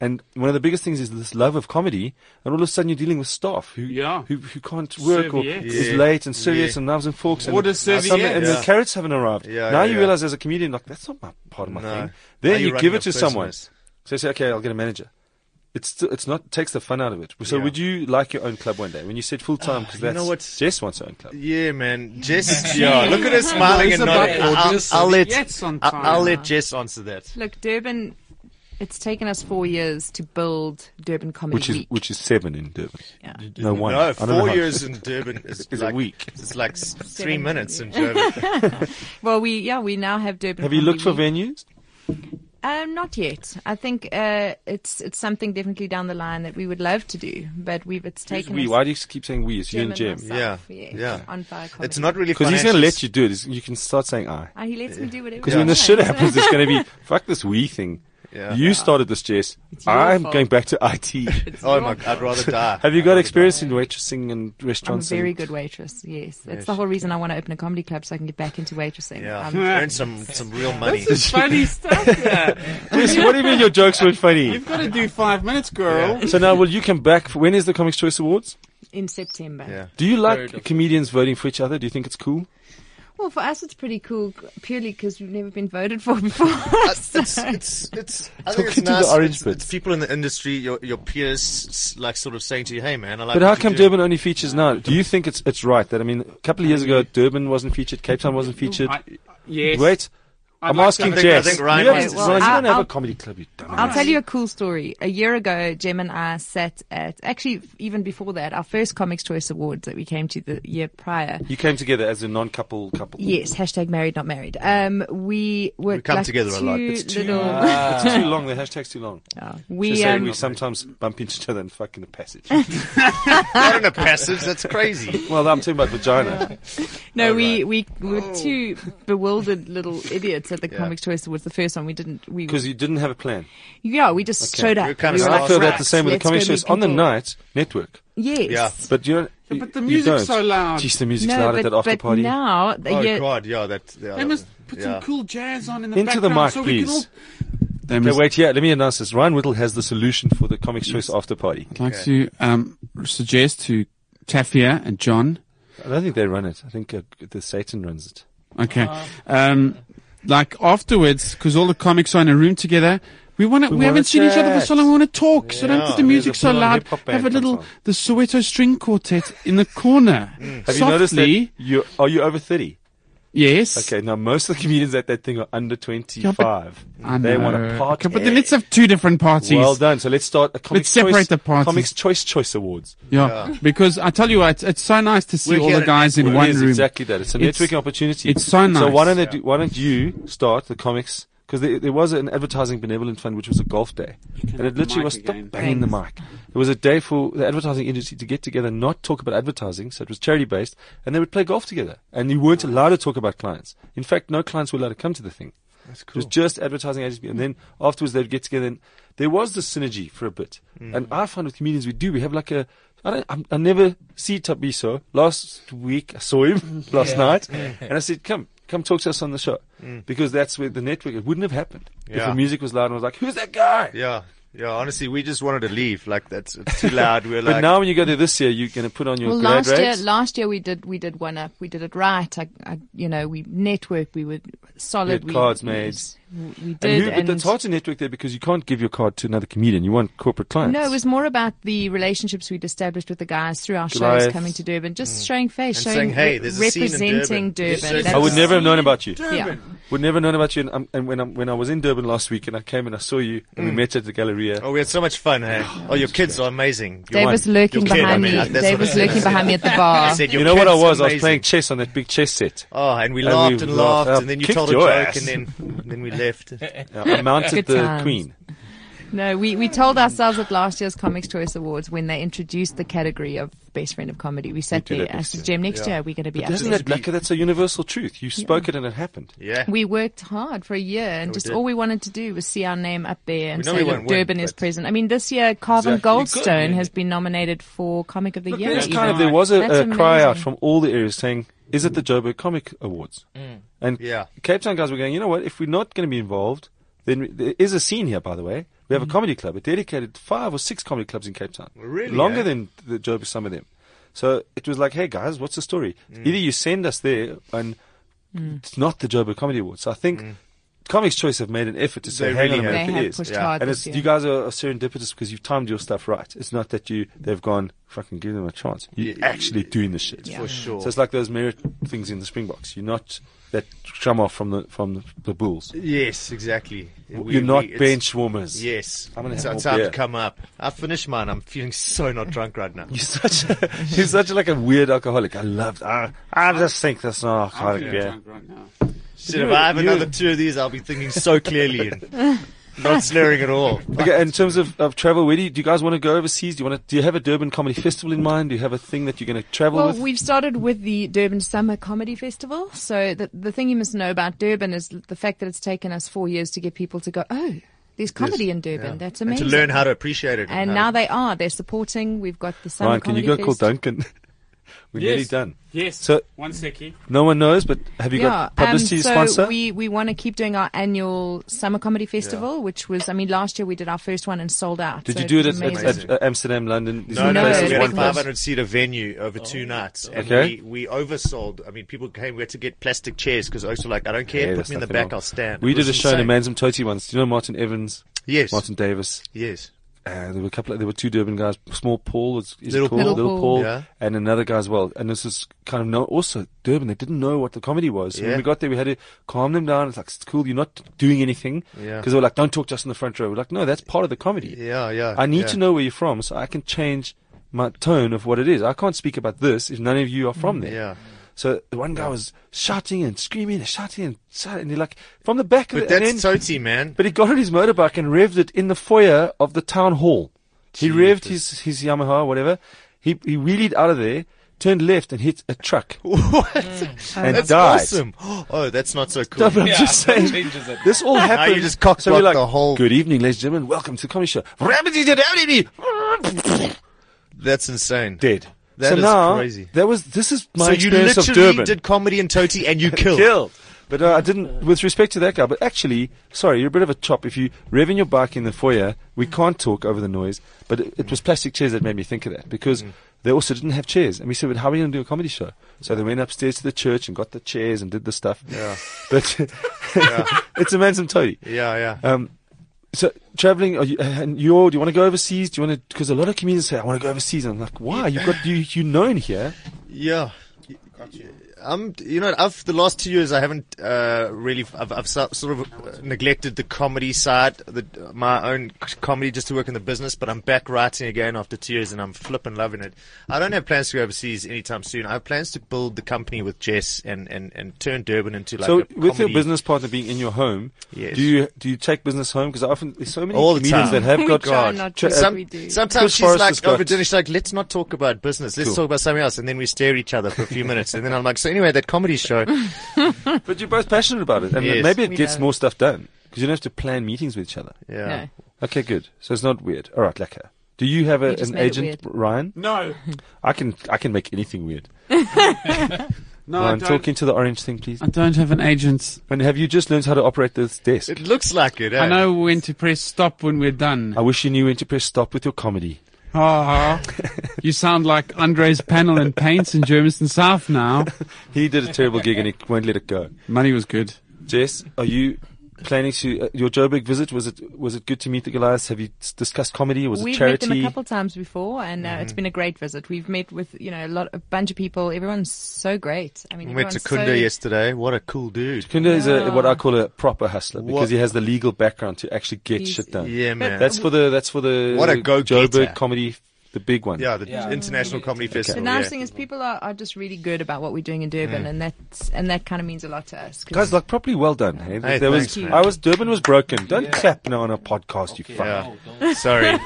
Speaker 2: And one of the biggest things is this love of comedy, and all of a sudden you're dealing with staff who
Speaker 7: Yeah.
Speaker 2: who, who can't work
Speaker 7: Serviettes.
Speaker 2: or is
Speaker 6: Yeah.
Speaker 2: late and serviettes
Speaker 6: Yeah.
Speaker 2: and knives and forks and,
Speaker 7: Order
Speaker 2: and, some- and the
Speaker 6: serviettes.
Speaker 2: carrots haven't arrived.
Speaker 6: Yeah,
Speaker 2: now
Speaker 6: yeah,
Speaker 2: you
Speaker 6: yeah.
Speaker 2: realize as a comedian, like that's not my part of my
Speaker 6: No.
Speaker 2: thing.
Speaker 6: Now
Speaker 2: Then
Speaker 6: you're
Speaker 2: you give
Speaker 6: running
Speaker 2: it to
Speaker 6: a
Speaker 2: someone.
Speaker 6: business.
Speaker 2: So you say, okay, I'll get a manager. It's still, it's not takes the fun out of it. So
Speaker 6: Yeah. Ah,
Speaker 2: would you like your own club one day? When you said full time, because
Speaker 6: you know
Speaker 2: that's
Speaker 6: what?
Speaker 2: Jess wants her own club.
Speaker 6: Yeah, man. Jess. yeah. Look at her smiling
Speaker 7: He's
Speaker 6: and
Speaker 7: about
Speaker 6: nodding. I'll,
Speaker 3: gorgeous.
Speaker 6: I'll let
Speaker 7: Yes, on
Speaker 6: I-
Speaker 7: time.
Speaker 6: I'll let Jess answer that.
Speaker 5: Look, Durban. It's taken us four years to build Durban Comedy
Speaker 2: Which is
Speaker 5: Week.
Speaker 2: which is seven in Durban.
Speaker 5: Yeah.
Speaker 2: No one. I
Speaker 6: No,
Speaker 2: don't know
Speaker 6: four
Speaker 2: how-
Speaker 6: years in Durban is
Speaker 2: Is a
Speaker 6: like,
Speaker 2: week.
Speaker 6: It's like s- three
Speaker 5: Seven,
Speaker 6: minutes in Durban.
Speaker 5: Well, we yeah we now have Durban.
Speaker 2: Have you
Speaker 5: Comedy
Speaker 2: looked for
Speaker 5: Week.
Speaker 2: venues?
Speaker 5: Um, not yet. I think uh, it's it's something definitely down the line that we would love to do, but we've it's taken
Speaker 2: We.
Speaker 5: us
Speaker 2: Why do you keep saying we? It's you and Jim.
Speaker 5: Jim.
Speaker 6: Yeah,
Speaker 5: yeah,
Speaker 6: yeah.
Speaker 5: on fire comedy.
Speaker 6: It's not really
Speaker 2: Because he's going to
Speaker 6: financially
Speaker 2: let you do it. He's- You can start saying I.
Speaker 5: Uh, he lets me do whatever.
Speaker 2: Because
Speaker 5: I
Speaker 2: when this shit
Speaker 5: want.
Speaker 2: happens, it's going to be fuck this we thing.
Speaker 6: Yeah.
Speaker 2: You started this, Jess.
Speaker 5: your
Speaker 2: I'm
Speaker 5: fault.
Speaker 2: going back to IT.
Speaker 5: It's
Speaker 6: Oh
Speaker 5: your
Speaker 6: my!
Speaker 5: fault.
Speaker 6: I'd rather die.
Speaker 2: Have you got
Speaker 6: I'd rather
Speaker 2: experience in waitressing and
Speaker 5: I'm a
Speaker 2: restaurants?
Speaker 5: very
Speaker 2: and-
Speaker 5: good waitress. Yes, that's the whole reason I want to open a comedy club so I can get back into waitressing.
Speaker 6: Yeah,
Speaker 5: Um,
Speaker 6: earn some some real money.
Speaker 7: It's funny stuff there.
Speaker 2: Jesse, what do you mean your jokes weren't funny?
Speaker 7: You've got to do five minutes, girl.
Speaker 2: So now, will you come back? For, when is the Comics Choice Awards?
Speaker 5: in September.
Speaker 6: Yeah,
Speaker 2: Do you
Speaker 3: Very
Speaker 2: like
Speaker 3: different.
Speaker 2: comedians voting for each other? Do you think it's cool?
Speaker 5: Well, for us, it's pretty cool g- purely because we've never been voted for before. So-
Speaker 6: Uh, it's it's it's. I
Speaker 2: Talking
Speaker 6: think it's
Speaker 2: to the
Speaker 6: nice.
Speaker 2: orange
Speaker 6: it's,
Speaker 2: bits.
Speaker 6: it's people in the industry, your your peers, s- like sort of saying to you, "Hey, man, I like."
Speaker 2: But
Speaker 6: what
Speaker 2: how
Speaker 6: you
Speaker 2: come
Speaker 6: do."
Speaker 2: Durban only features now? Do you think it's it's right that I mean, a couple of years ago, Durban wasn't featured, Cape Town wasn't featured.
Speaker 7: I, yes.
Speaker 2: Wait,
Speaker 7: I'd
Speaker 2: I'm
Speaker 7: like to
Speaker 2: asking
Speaker 7: have a-
Speaker 2: Jess.
Speaker 6: I think Ryan
Speaker 2: you
Speaker 5: wants
Speaker 2: haven't-
Speaker 5: to- Well,
Speaker 2: Ryan, you
Speaker 5: I'll-
Speaker 2: don't have
Speaker 5: I'll-
Speaker 2: a comedy club, you dumbass.
Speaker 5: I'll tell you a cool story. A year ago, Jem and I sat at, actually, even before that, our first Comics Choice Awards that we came to the year prior.
Speaker 2: You came together as a non-couple couple.
Speaker 5: Yes, hashtag married, not married. Um, we were
Speaker 6: We come
Speaker 5: like
Speaker 6: together a lot.
Speaker 5: two
Speaker 6: It's too-
Speaker 5: little-
Speaker 2: Ah, It's too long. The hashtag's too long.
Speaker 5: Oh,
Speaker 2: Just
Speaker 5: we,
Speaker 2: saying
Speaker 5: um,
Speaker 2: we sometimes bump into each other and fuck in the passage.
Speaker 6: Not in a passage. That's crazy.
Speaker 2: well, I'm talking about vagina.
Speaker 5: No, we, we were two bewildered little idiots at the
Speaker 6: Oh. Yeah.
Speaker 5: Comics Choice Awards. The first one we didn't. We
Speaker 2: Because you didn't have a plan.
Speaker 5: yeah, we just
Speaker 2: Okay.
Speaker 5: showed up.
Speaker 6: We're kind of
Speaker 2: So
Speaker 5: We were
Speaker 6: Right.
Speaker 2: I feel that the
Speaker 5: "Right,
Speaker 2: same with the
Speaker 5: let's
Speaker 2: comedy
Speaker 5: go meet
Speaker 2: shows on the
Speaker 5: people."
Speaker 2: night network.
Speaker 5: Yes.
Speaker 6: Yeah.
Speaker 2: But you don't.
Speaker 7: Yeah, but the
Speaker 2: you
Speaker 7: music's
Speaker 2: don't.
Speaker 7: so loud.
Speaker 2: Jeez, the music's
Speaker 5: No,
Speaker 2: loud at
Speaker 5: but,
Speaker 2: that after
Speaker 5: but
Speaker 2: party.
Speaker 5: now, the
Speaker 6: Oh
Speaker 5: year-
Speaker 6: God, yeah, that. Yeah,
Speaker 7: They must put
Speaker 6: yeah.
Speaker 7: some cool jazz on in the
Speaker 2: Into the
Speaker 7: background
Speaker 2: mic,
Speaker 7: so we
Speaker 2: please.
Speaker 7: can all. They
Speaker 2: Okay, wait, yeah, let me announce this. Ryan Whittle has the solution for the Comics Choice after party.
Speaker 7: I'd like to um, suggest to Tafia and John.
Speaker 2: I don't think they run it. I think uh, the Satan runs it.
Speaker 7: Okay.
Speaker 2: Uh-huh.
Speaker 7: Um, like afterwards, because all the comics are in a room together. We want to. We,
Speaker 2: wanna
Speaker 7: haven't seen each other for so long. We want to talk. so don't
Speaker 6: Yeah.
Speaker 7: put the
Speaker 6: There's
Speaker 7: music
Speaker 2: a
Speaker 7: so
Speaker 2: full-on
Speaker 7: loud.
Speaker 2: hip-hop band
Speaker 7: Have a little
Speaker 2: comes on.
Speaker 7: the Soweto string quartet in the corner.
Speaker 2: Mm. Have
Speaker 7: Softly,
Speaker 2: you noticed that? You, are you over 30?
Speaker 7: yes.
Speaker 2: Okay, now most of the comedians at that thing are under 25.
Speaker 7: I
Speaker 2: They
Speaker 7: know.
Speaker 2: want to party.
Speaker 7: Okay, but then let's have two different parties.
Speaker 2: Well done. So let's start a Comics
Speaker 7: separate
Speaker 2: Choice,
Speaker 7: the parties.
Speaker 2: Comics Choice Choice Awards.
Speaker 7: yeah. because I tell you what, it's, it's so nice to see
Speaker 6: We're
Speaker 7: all
Speaker 6: here
Speaker 7: the
Speaker 6: at
Speaker 7: guys in
Speaker 2: It
Speaker 7: one
Speaker 2: is
Speaker 7: room.
Speaker 2: exactly that. It's a
Speaker 7: It's-
Speaker 2: networking opportunity.
Speaker 7: it's so nice.
Speaker 2: why don't they do, why don't you start the comics? Because there, there was an advertising benevolent fund which was a golf day, and
Speaker 7: have
Speaker 2: it
Speaker 7: the
Speaker 2: literally
Speaker 7: mic
Speaker 2: was stop
Speaker 7: again.
Speaker 2: banging the mic. It was a day for the advertising industry to get together, and not talk about advertising. So it was charity based, and they would play golf together. And you weren't allowed to talk about clients. In fact, no clients were allowed to come to the thing. That's cool. It was just advertising agency, and then afterwards they'd get together. and There was this synergy for a bit, and I find with comedians we do we have like a I don't. I'm, I never see Tabiso. Last week I saw him last night, and I said, "Come, come talk to us on the show," because that's where the network. It wouldn't have happened if
Speaker 6: Yeah.
Speaker 2: the music was loud. and I was like, "Who's that guy?"
Speaker 6: Yeah, yeah. Honestly, we just wanted to leave. Like that's it's too loud. We We're
Speaker 2: But
Speaker 6: like,
Speaker 2: now when you go there this year, you're going to put on your
Speaker 5: Well,
Speaker 2: grad
Speaker 5: last year,
Speaker 2: rates.
Speaker 5: last year we did we did one up. We did it right. I, I you know, we networked. We were solid.
Speaker 2: We had cards made.
Speaker 5: yes, We, we
Speaker 2: and
Speaker 5: did.
Speaker 2: who,
Speaker 5: and
Speaker 2: but it's hard to network there because you can't give your card to another comedian. You want corporate clients.
Speaker 5: no, it was more about the relationships we'd established with the guys through our
Speaker 2: Goliath.
Speaker 5: shows coming to Durban, just showing face,
Speaker 6: Mm. And
Speaker 5: showing
Speaker 6: saying, hey,
Speaker 5: re-
Speaker 6: there's a scene in
Speaker 5: representing
Speaker 6: Durban. This is-
Speaker 2: I would
Speaker 5: That's-
Speaker 2: never have known about you.
Speaker 5: Yeah.
Speaker 2: Would never known about you. And, um, and when, i when I was in Durban last week and I came and I saw you
Speaker 5: Mm.
Speaker 2: and we met at the Galleria.
Speaker 6: oh, we had so much fun. Hey? Oh, your kids are amazing. Your
Speaker 5: Dave
Speaker 6: wife-
Speaker 5: was lurking
Speaker 6: your kid,
Speaker 5: behind
Speaker 6: I mean,
Speaker 5: me.
Speaker 6: that's
Speaker 5: Dave
Speaker 6: what
Speaker 5: was
Speaker 6: I said.
Speaker 5: lurking behind me at the
Speaker 6: I
Speaker 5: bar.
Speaker 6: said, your
Speaker 2: you know what I
Speaker 6: kids
Speaker 2: was?
Speaker 6: are
Speaker 2: I was
Speaker 6: amazing.
Speaker 2: playing chess on that big chess set.
Speaker 6: Oh, and we
Speaker 2: And we
Speaker 6: laughed and
Speaker 2: laughed.
Speaker 6: laughed,
Speaker 2: Uh,
Speaker 6: and then you
Speaker 2: kicked
Speaker 6: told a
Speaker 2: your
Speaker 6: joke,
Speaker 2: ass.
Speaker 6: and then and then we left.
Speaker 2: Yeah, I mounted
Speaker 5: Good
Speaker 2: the
Speaker 5: times.
Speaker 2: queen.
Speaker 5: No, we, we told ourselves at last year's Comics Choice Awards when they introduced the category of best friend of comedy. We sat
Speaker 2: We do
Speaker 5: there
Speaker 2: that
Speaker 5: and I
Speaker 2: next
Speaker 5: said,
Speaker 2: year.
Speaker 5: Jim, next year we're going to be up
Speaker 2: Doesn't
Speaker 5: there."
Speaker 2: that like that's a universal truth? You spoke it and it happened.
Speaker 6: Yeah,
Speaker 5: We worked hard for a year, and just
Speaker 6: did.
Speaker 5: all we wanted to do was see our name up there and
Speaker 6: We know
Speaker 5: say,
Speaker 6: we
Speaker 5: "Look,
Speaker 6: won't win,
Speaker 5: Durban is
Speaker 6: but-
Speaker 5: present." I mean, this year, Carvin
Speaker 4: Exactly. Good,
Speaker 5: Goldstone
Speaker 4: yeah.
Speaker 5: has been nominated for Comic of the Year.
Speaker 2: It's
Speaker 5: even.
Speaker 2: kind of, there was a,
Speaker 5: That's
Speaker 2: a cry out
Speaker 5: amazing.
Speaker 2: from all the areas saying, is it the Joburg Comic Awards? And
Speaker 6: Mm. Yeah.
Speaker 2: Cape Town guys were going, you know what? If we're not going to be involved, then we- there is a scene here, by the way. We
Speaker 6: Mm-hmm.
Speaker 2: have a comedy club. It dedicated five or six comedy clubs in Cape Town.
Speaker 6: Really,
Speaker 2: Longer
Speaker 6: eh?
Speaker 2: than the Joburg, some of them. So it was like, hey guys, what's the story?
Speaker 6: Mm.
Speaker 2: Either you send us there and it's not the Joburg Comedy Awards. So I think Comics Choice have made an effort to say,
Speaker 6: Mm. They
Speaker 2: hang
Speaker 6: really
Speaker 2: on a
Speaker 6: have.
Speaker 2: minute,
Speaker 5: They
Speaker 2: it
Speaker 5: have
Speaker 2: is.
Speaker 5: pushed
Speaker 6: Yeah.
Speaker 5: hard
Speaker 2: And
Speaker 5: this
Speaker 2: it's,
Speaker 5: year.
Speaker 2: you guys are, are serendipitous because you've timed your stuff right. It's not that you they've gone fucking give them a chance. You're actually doing the shit
Speaker 5: Yeah.
Speaker 6: for sure.
Speaker 2: So it's like those merit things in the Springboks. You're not that chum off from the from the, the Bulls.
Speaker 6: yes, exactly. We-
Speaker 2: You're not
Speaker 6: we- it's-
Speaker 2: bench warmers.
Speaker 6: Yes,
Speaker 2: I'm gonna
Speaker 6: it's
Speaker 2: have
Speaker 6: it's
Speaker 2: more
Speaker 6: time to
Speaker 2: beer.
Speaker 6: come up. I finished mine. I'm feeling so not drunk right now.
Speaker 2: You're such a, you're such like a weird alcoholic. I love. I, I just think that's not
Speaker 7: I'm
Speaker 2: alcoholic
Speaker 7: feeling
Speaker 2: beer.
Speaker 7: drunk right now.
Speaker 6: Shit, if I have
Speaker 2: You-
Speaker 6: another two of these, I'll be thinking so clearly and not slurring at all.
Speaker 2: Okay, in terms of, of travel, where do you, do you guys want to go overseas? Do you want to? Do you have a Durban comedy festival in mind? Do you have a thing that you're going to travel
Speaker 5: Well,
Speaker 2: with?
Speaker 5: we've started with the Durban Summer Comedy Festival. So the the thing you must know about Durban is the fact that it's taken us four years to get people to go, "Oh, there's comedy in Durban. That's
Speaker 6: And
Speaker 5: amazing."
Speaker 6: to learn how to appreciate it.
Speaker 5: And
Speaker 6: how
Speaker 5: now
Speaker 6: to-
Speaker 5: they are. They're supporting. We've got the Summer
Speaker 2: Ryan, can
Speaker 5: Comedy
Speaker 2: you go call
Speaker 5: Fest.
Speaker 2: Duncan? We're nearly
Speaker 7: Yes.
Speaker 2: done.
Speaker 7: Yes.
Speaker 2: So-
Speaker 7: one second.
Speaker 2: No one knows, but have you
Speaker 5: yeah,
Speaker 2: got publicity
Speaker 5: um, so
Speaker 2: sponsor?
Speaker 5: we we want to keep doing our annual summer comedy festival, which was I mean last year we did our first one and sold out.
Speaker 2: Did
Speaker 5: so
Speaker 2: you do it
Speaker 5: was
Speaker 2: at, at,
Speaker 5: amazing.
Speaker 2: at uh, Amsterdam, London? These
Speaker 6: No,
Speaker 2: are
Speaker 6: no,
Speaker 5: No,
Speaker 2: places
Speaker 6: we
Speaker 5: it's
Speaker 6: had a
Speaker 2: one
Speaker 5: because-
Speaker 6: 500 seater venue over two nights, and
Speaker 2: Oh. Okay.
Speaker 6: we, we oversold. I mean, people came. We had to get plastic chairs because folks were like, "I don't
Speaker 2: Yeah,
Speaker 6: care, put
Speaker 2: there's
Speaker 6: me in the
Speaker 2: nothing
Speaker 6: back,
Speaker 2: wrong.
Speaker 6: I'll stand."
Speaker 2: We
Speaker 6: It
Speaker 2: did
Speaker 6: was
Speaker 2: a show in Manzum
Speaker 6: insane.
Speaker 2: Toti once. Do you know Martin Evans?
Speaker 6: Yes,
Speaker 2: Martin Davis.
Speaker 6: yes.
Speaker 2: uh, there were a couple. Of, there were two Durban guys. Small Paul was is it
Speaker 6: Little
Speaker 2: called?
Speaker 5: Paul.
Speaker 2: Little
Speaker 5: Little
Speaker 2: Paul,
Speaker 5: Paul.
Speaker 6: Yeah.
Speaker 2: and another guy as well. And this is kind of no. Also Durban, they didn't know what the comedy was. So When
Speaker 6: Yeah.
Speaker 2: we got there, we had to calm them down. It's like it's cool. You're not doing anything because
Speaker 6: Yeah.
Speaker 2: they were like, "Don't talk to us in the front row." We're like, "No, that's part of the comedy.
Speaker 6: Yeah, yeah.
Speaker 2: I need
Speaker 6: yeah.
Speaker 2: to know where you're from so I can change my tone of what it is. I can't speak about this if none of you are from there."
Speaker 6: Mm, Yeah.
Speaker 2: So the one guy was shouting and screaming and shouting and shouting, and he like from the back of
Speaker 6: But
Speaker 2: the and
Speaker 6: that's
Speaker 2: then-
Speaker 6: Toti, man.
Speaker 2: but he got on his motorbike and revved it in the foyer of the town hall. He revved his, his Yamaha, whatever. He, he wheelied out of there, turned left and hit a truck
Speaker 6: what?
Speaker 2: and
Speaker 6: That's
Speaker 2: died.
Speaker 6: awesome. Oh, that's not so
Speaker 2: No,
Speaker 6: cool.
Speaker 2: but I'm just saying, this all happened.
Speaker 6: you just cock
Speaker 2: so we're
Speaker 6: block
Speaker 2: like,
Speaker 6: the whole-
Speaker 2: Good evening, ladies and gentlemen. Welcome to the comedy show.
Speaker 6: That's insane.
Speaker 2: Dead.
Speaker 6: That
Speaker 2: so
Speaker 6: is
Speaker 2: now,
Speaker 6: crazy.
Speaker 2: That was this is my
Speaker 6: so you
Speaker 2: experience of
Speaker 6: literally
Speaker 2: Durban.
Speaker 6: did comedy in Toti and you killed.
Speaker 2: killed. But uh, I didn't. With respect to that guy, but actually, sorry, you're a bit of a chop. If you rev in your bike in the foyer, we can't talk over the noise. But it, it was plastic chairs that made me think of that because they also didn't have chairs, and we said, "Well, how are we going to do a comedy show?" So they went upstairs to the church and got the chairs and did the stuff.
Speaker 6: Yeah.
Speaker 2: But it's a man's toady.
Speaker 6: Yeah, yeah.
Speaker 2: Um, so traveling, are you, and you all, do you want to go overseas? Do you want to? Because a lot of comedians say, "I want to go overseas." And I'm like, "Why? You've got you you known here."
Speaker 6: Yeah. I'm, you know, I've the last two years I haven't uh, really, I've, I've so- sort of uh, neglected the comedy side, the, my own c- comedy, just to work in the business. But I'm back writing again after two years, and I'm flipping loving it. I don't have plans to go overseas anytime soon. I have plans to build the company with Jess and and, and turn Durban into like
Speaker 2: so
Speaker 6: a
Speaker 2: with your
Speaker 6: comedy-
Speaker 2: business partner being in your home,
Speaker 6: Yes.
Speaker 2: do you do you take business home? Because often there's so many
Speaker 6: All the
Speaker 2: comedians
Speaker 6: time.
Speaker 2: that have got
Speaker 5: We try not to.
Speaker 2: Ch-
Speaker 5: Some-
Speaker 2: uh,
Speaker 5: We do.
Speaker 6: Sometimes
Speaker 2: Chris
Speaker 6: she's
Speaker 2: Forrest has
Speaker 6: like,
Speaker 2: got-
Speaker 6: over dinner, she's like, let's not talk about business. Let's
Speaker 2: Cool.
Speaker 6: talk about something else. And then we stare at each other for a few minutes. And then I'm like, so anyway, that comedy show.
Speaker 2: but you're both passionate about it, and
Speaker 6: Yes.
Speaker 2: maybe it
Speaker 5: We
Speaker 2: gets
Speaker 5: don't.
Speaker 2: more stuff done because you don't have to plan meetings with each other.
Speaker 6: Yeah.
Speaker 2: Okay, good. So it's not weird. All right, Laka. Do you have a,
Speaker 5: You just
Speaker 2: an
Speaker 5: made it
Speaker 2: agent, Ryan?
Speaker 7: No,
Speaker 2: I can I can make anything weird.
Speaker 7: no, I
Speaker 2: Ryan,
Speaker 7: don't,
Speaker 2: talking to the orange thing, please.
Speaker 7: I don't have an agent.
Speaker 2: And have you just learned how to operate this desk?
Speaker 6: It looks like it. Eh?
Speaker 7: I know when to press stop when we're done.
Speaker 2: I wish you knew when to press stop with your comedy.
Speaker 7: Ah, you sound like Andres Panel and Paints in Germiston South now.
Speaker 2: He did a terrible gig and he won't let it go.
Speaker 7: Money was good.
Speaker 2: Jess, are you planning to uh, your Joburg visit? Was it was it good to meet the Goliaths? Have you s- discussed comedy? Was it
Speaker 5: We've
Speaker 2: charity? Mm-hmm.
Speaker 5: met them a couple times before, and uh, it's been a great visit. We've met with you know a lot, a bunch of people. Everyone's so great. I mean,
Speaker 6: We went to
Speaker 5: everyone's
Speaker 6: Kunda
Speaker 5: so,
Speaker 6: yesterday. What a cool dude.
Speaker 2: Kunda is a, what I call a proper hustler because
Speaker 6: What-
Speaker 2: he has the legal background to actually get
Speaker 5: He's-
Speaker 2: shit done.
Speaker 6: Yeah, man.
Speaker 2: That's for the that's for the
Speaker 6: What a go-getter.
Speaker 2: Joburg comedy, the big one.
Speaker 6: yeah, the International Comedy
Speaker 5: The
Speaker 6: Festival.
Speaker 5: nice
Speaker 6: yeah.
Speaker 5: thing is people are, are just really good about what we're doing in Durban, and that's and that kind of means a lot to us. 'cause-
Speaker 2: Mm. Guys, like properly well done. Hey,
Speaker 6: Hey,
Speaker 2: there was
Speaker 6: thanks, man.
Speaker 2: I was Durban was broken. Don't clap now on a podcast, you fuck.
Speaker 6: Yeah. Sorry.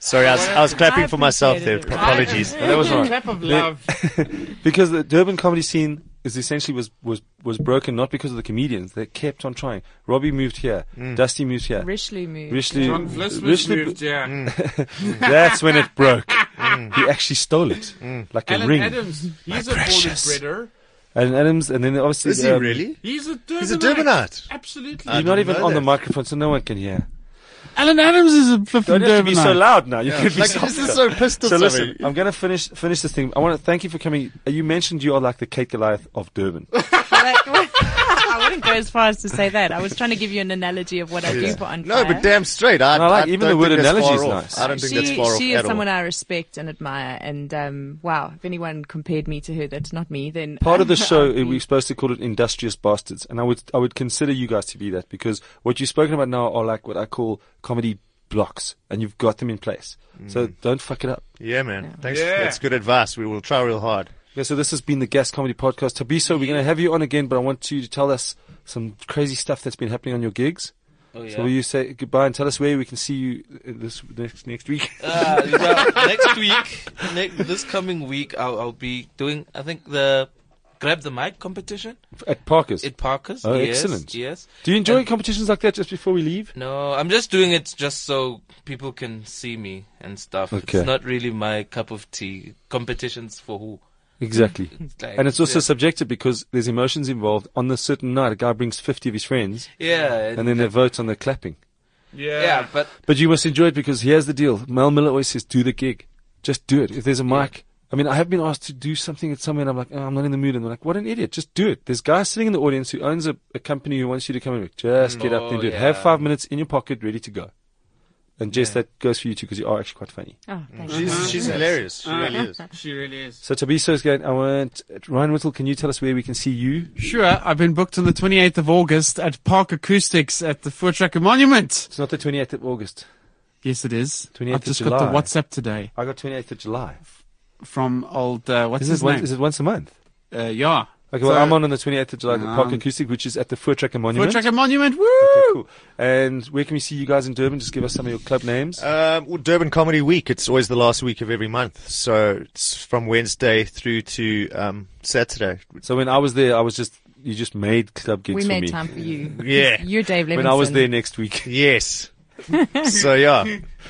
Speaker 6: Sorry, I was, I was clapping for myself there.
Speaker 5: appreciate it.
Speaker 6: Apologies.
Speaker 2: That was right.
Speaker 7: Clap of love.
Speaker 2: because the Durban comedy scene is essentially was, was, was broken not because of the comedians. They kept on trying. Robbie moved here. Dusty moved here.
Speaker 5: Richly moved.
Speaker 2: Richly,
Speaker 7: John Fliss was
Speaker 2: Richly- Mm.
Speaker 7: moved, Mm. yeah.
Speaker 2: That's when it broke. He actually stole it, like a
Speaker 7: Mm. Alan
Speaker 2: ring.
Speaker 7: Adams, he's a
Speaker 2: precious.
Speaker 7: born and bredder.
Speaker 2: Alan Adams, and then obviously
Speaker 6: Is he
Speaker 2: um,
Speaker 6: really?
Speaker 7: He's a Durbanite.
Speaker 6: He's a Durbanite.
Speaker 7: Absolutely.
Speaker 6: I
Speaker 2: You're not
Speaker 6: didn't
Speaker 2: even
Speaker 6: know
Speaker 2: on the
Speaker 6: that.
Speaker 2: microphone, so no one can hear.
Speaker 7: Alan Adams is a
Speaker 2: Don't
Speaker 7: flipping Durbanite.
Speaker 2: have to be so loud now. You could be
Speaker 6: Like,
Speaker 2: softer.
Speaker 6: this is so pistols
Speaker 2: So
Speaker 6: of
Speaker 2: listen,
Speaker 6: it.
Speaker 2: I'm going to finish finish this thing. I want to thank you for coming. Uh, You mentioned you are like the Kate Goliath of Durban.
Speaker 5: Like, I wouldn't go as far as to say that. I was trying to give you an analogy of what I do for on
Speaker 6: No,
Speaker 5: fire.
Speaker 6: but damn straight. I,
Speaker 2: And I like-
Speaker 6: I
Speaker 2: even
Speaker 6: don't
Speaker 2: the word
Speaker 6: think that's
Speaker 2: analogy
Speaker 6: far
Speaker 2: is
Speaker 6: off.
Speaker 2: nice.
Speaker 6: I don't think
Speaker 5: she,
Speaker 6: that's far off
Speaker 5: she
Speaker 6: at
Speaker 5: is someone
Speaker 6: all.
Speaker 5: I respect and admire, and um, wow, if anyone compared me to her, that's not me. Then
Speaker 2: Part
Speaker 3: uh,
Speaker 2: of the show,
Speaker 5: I'd be-
Speaker 2: we were supposed to call it Industrious Bastards. And I would, I would consider you guys to be that because what you've spoken about now are like what I call comedy blocks and you've got them in place. So
Speaker 3: Mm.
Speaker 2: don't fuck it up.
Speaker 6: Yeah, man. Thanks.
Speaker 7: Yeah.
Speaker 6: That's good advice. We will try real hard.
Speaker 2: Okay, so this has been the Gas Comedy Podcast. Tabiso, we're going to have you on again, but I want you to tell us some crazy stuff that's been happening on your gigs.
Speaker 3: Oh, yeah.
Speaker 2: So will you say goodbye and tell us where we can see you uh, this next next week?
Speaker 3: Uh, yeah, next week, ne- this coming week, I'll, I'll be doing, I think, the grab the mic competition
Speaker 2: At Parker's.
Speaker 3: at Parker's.
Speaker 2: Oh,
Speaker 3: yes,
Speaker 2: excellent.
Speaker 3: Yes.
Speaker 2: Do you enjoy
Speaker 3: and-
Speaker 2: competitions like that just before we leave?
Speaker 3: No, I'm just doing it just so people can see me and stuff.
Speaker 2: Okay.
Speaker 3: It's not really my cup of tea. Competitions for who?
Speaker 2: Exactly.
Speaker 3: It's like-
Speaker 2: and it's also
Speaker 3: yeah.
Speaker 2: subjective because there's emotions involved. On a certain night, a guy brings 50 of his friends
Speaker 3: yeah,
Speaker 2: and then they vote on the clapping.
Speaker 7: Yeah.
Speaker 3: yeah, but
Speaker 2: But you must enjoy it because here's the deal. Mel Miller always says, do the gig. Just do it. If there's a mic. I mean, I have been asked to do something at somewhere and I'm like, oh, I'm not in the mood. And they're like, what an idiot. Just do it. There's guys sitting in the audience who owns a, a company who wants you to come in. Just get up there and do
Speaker 3: Oh,
Speaker 2: it. Have
Speaker 3: yeah.
Speaker 2: five minutes in your pocket ready to go. And Jess, that goes for you too because you are actually quite funny.
Speaker 5: Oh, thank you.
Speaker 6: She's, she's hilarious. She really
Speaker 2: Uh-huh.
Speaker 6: is.
Speaker 7: She really is.
Speaker 2: So Tabiso's going, I want, Ryan Whittle, can you tell us where we can see you?
Speaker 7: Sure, I've been booked on the 28th of August at Park Acoustics at the Foot Tracker Monument.
Speaker 2: It's not the 28th of August.
Speaker 7: Yes, it is.
Speaker 2: 28th
Speaker 7: I've just
Speaker 2: of
Speaker 7: got the
Speaker 2: July.
Speaker 7: WhatsApp today
Speaker 2: I got 28th of July.
Speaker 7: from old, uh, what's
Speaker 2: Is
Speaker 7: his
Speaker 2: it, once,
Speaker 7: name?
Speaker 2: is it once a month?
Speaker 7: Uh, yeah.
Speaker 2: Okay, well,
Speaker 7: So-
Speaker 2: I'm on on the 28th of July at the Park
Speaker 7: Um,
Speaker 2: Acoustic, which is at the Voortrekker Monument.
Speaker 7: Foot Tracker Monument, woo!
Speaker 2: Okay, cool. And where can we see you guys in Durban? Just give us some of your club names.
Speaker 6: Um, well, Durban Comedy Week. It's always the last week of every month, so it's from Wednesday through to um, Saturday.
Speaker 2: so when I was there, I was just, you just made club gigs
Speaker 5: We
Speaker 2: for
Speaker 5: made
Speaker 2: me.
Speaker 5: time for you.
Speaker 6: Yeah.
Speaker 5: You're Dave Levinson.
Speaker 2: When I was there next week.
Speaker 6: Yes. so yeah,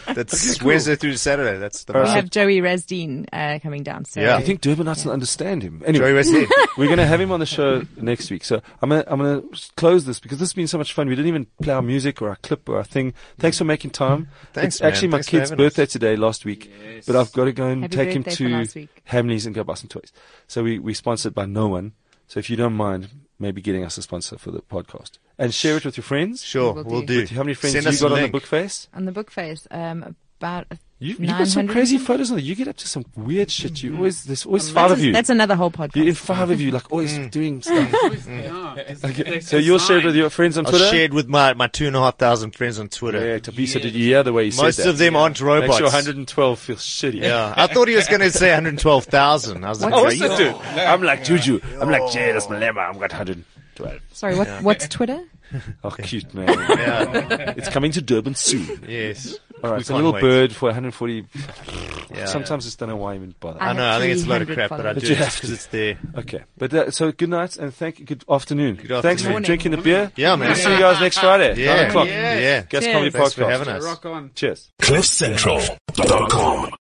Speaker 6: that's Wednesday through to Saturday. That's the
Speaker 5: We
Speaker 6: month.
Speaker 5: have Joey Rasdeen uh, coming down. So
Speaker 6: Yeah.
Speaker 2: I think Durbanites don't understand him. Anyway,
Speaker 6: Joey Wesley.
Speaker 2: we're going to have him on the show next week. So I'm going to I'm gonna s- close this because this has been so much fun. We didn't even play our music or our clip or our thing. Thanks for making time.
Speaker 6: Thanks,
Speaker 2: it's
Speaker 6: man.
Speaker 2: actually my
Speaker 6: Thanks for
Speaker 2: kid's
Speaker 6: having us.
Speaker 2: birthday today last week, but I've got to go and
Speaker 5: Happy
Speaker 2: take him
Speaker 5: birthday for last
Speaker 2: to
Speaker 5: week.
Speaker 2: Hamleys and go buy some toys. So we, we're sponsored by no one. So if you don't mind, maybe getting us a sponsor for the podcast and share it with your friends.
Speaker 6: Sure,
Speaker 5: Will
Speaker 6: we'll,
Speaker 5: do.
Speaker 6: do.
Speaker 2: How many friends
Speaker 6: Send
Speaker 2: you
Speaker 6: us
Speaker 2: got
Speaker 6: a
Speaker 2: on the
Speaker 6: link.
Speaker 2: book face?
Speaker 5: on the book face, um, about
Speaker 2: You, you got some
Speaker 5: 900
Speaker 2: crazy
Speaker 5: people?
Speaker 2: photos on there. You get up to some weird shit. You always, there's always
Speaker 5: that's,
Speaker 2: five of
Speaker 5: Mm-hmm. a-
Speaker 2: you.
Speaker 5: that's another whole podcast.
Speaker 2: You're in five of you, like always
Speaker 6: Mm.
Speaker 2: doing stuff.
Speaker 7: okay.
Speaker 2: So you'll share it with your friends on
Speaker 6: I
Speaker 2: Twitter.
Speaker 6: shared with my, my two and a half thousand friends on
Speaker 2: Yeah,
Speaker 6: Twitter.
Speaker 2: Tabisa did you hear the way he said
Speaker 6: Most
Speaker 2: that?
Speaker 6: of them aren't robots.
Speaker 2: Makes you 112 feel shitty.
Speaker 6: Yeah, I thought he was going to say 112,000. I was like,
Speaker 2: I
Speaker 6: are
Speaker 2: also
Speaker 6: you-
Speaker 2: do. I'm like Juju. I'm
Speaker 6: Oh.
Speaker 2: like Jay, that's my lemma. I've got 112.
Speaker 5: Sorry, what, what's Twitter?
Speaker 2: Oh, cute man.
Speaker 6: Yeah.
Speaker 2: it's coming to Durban soon.
Speaker 6: Yes.
Speaker 2: All right,
Speaker 6: We
Speaker 2: it's a
Speaker 6: can't
Speaker 2: little
Speaker 6: wait.
Speaker 2: bird for 140.
Speaker 6: Yeah.
Speaker 2: Sometimes I just don't know why I even bother.
Speaker 5: I
Speaker 6: I know, I think it's a load of
Speaker 5: 300
Speaker 6: crap, but I
Speaker 5: followers.
Speaker 2: But
Speaker 6: do
Speaker 2: you
Speaker 6: it
Speaker 2: have
Speaker 6: because
Speaker 2: to.
Speaker 6: it's there.
Speaker 2: okay, but uh, so good night and thank. Good afternoon.
Speaker 6: Good
Speaker 2: Thanks for
Speaker 6: afternoon.
Speaker 2: drinking the beer.
Speaker 6: Yeah, man.
Speaker 2: We'll see you guys next Friday.
Speaker 6: Yeah.
Speaker 2: Nine o'clock.
Speaker 6: Yeah.
Speaker 2: Guest
Speaker 5: Cheers.
Speaker 2: Comedy Podcast.
Speaker 6: Thanks for having us.
Speaker 7: Rock on.
Speaker 2: Cheers.
Speaker 8: CliffCentral.com.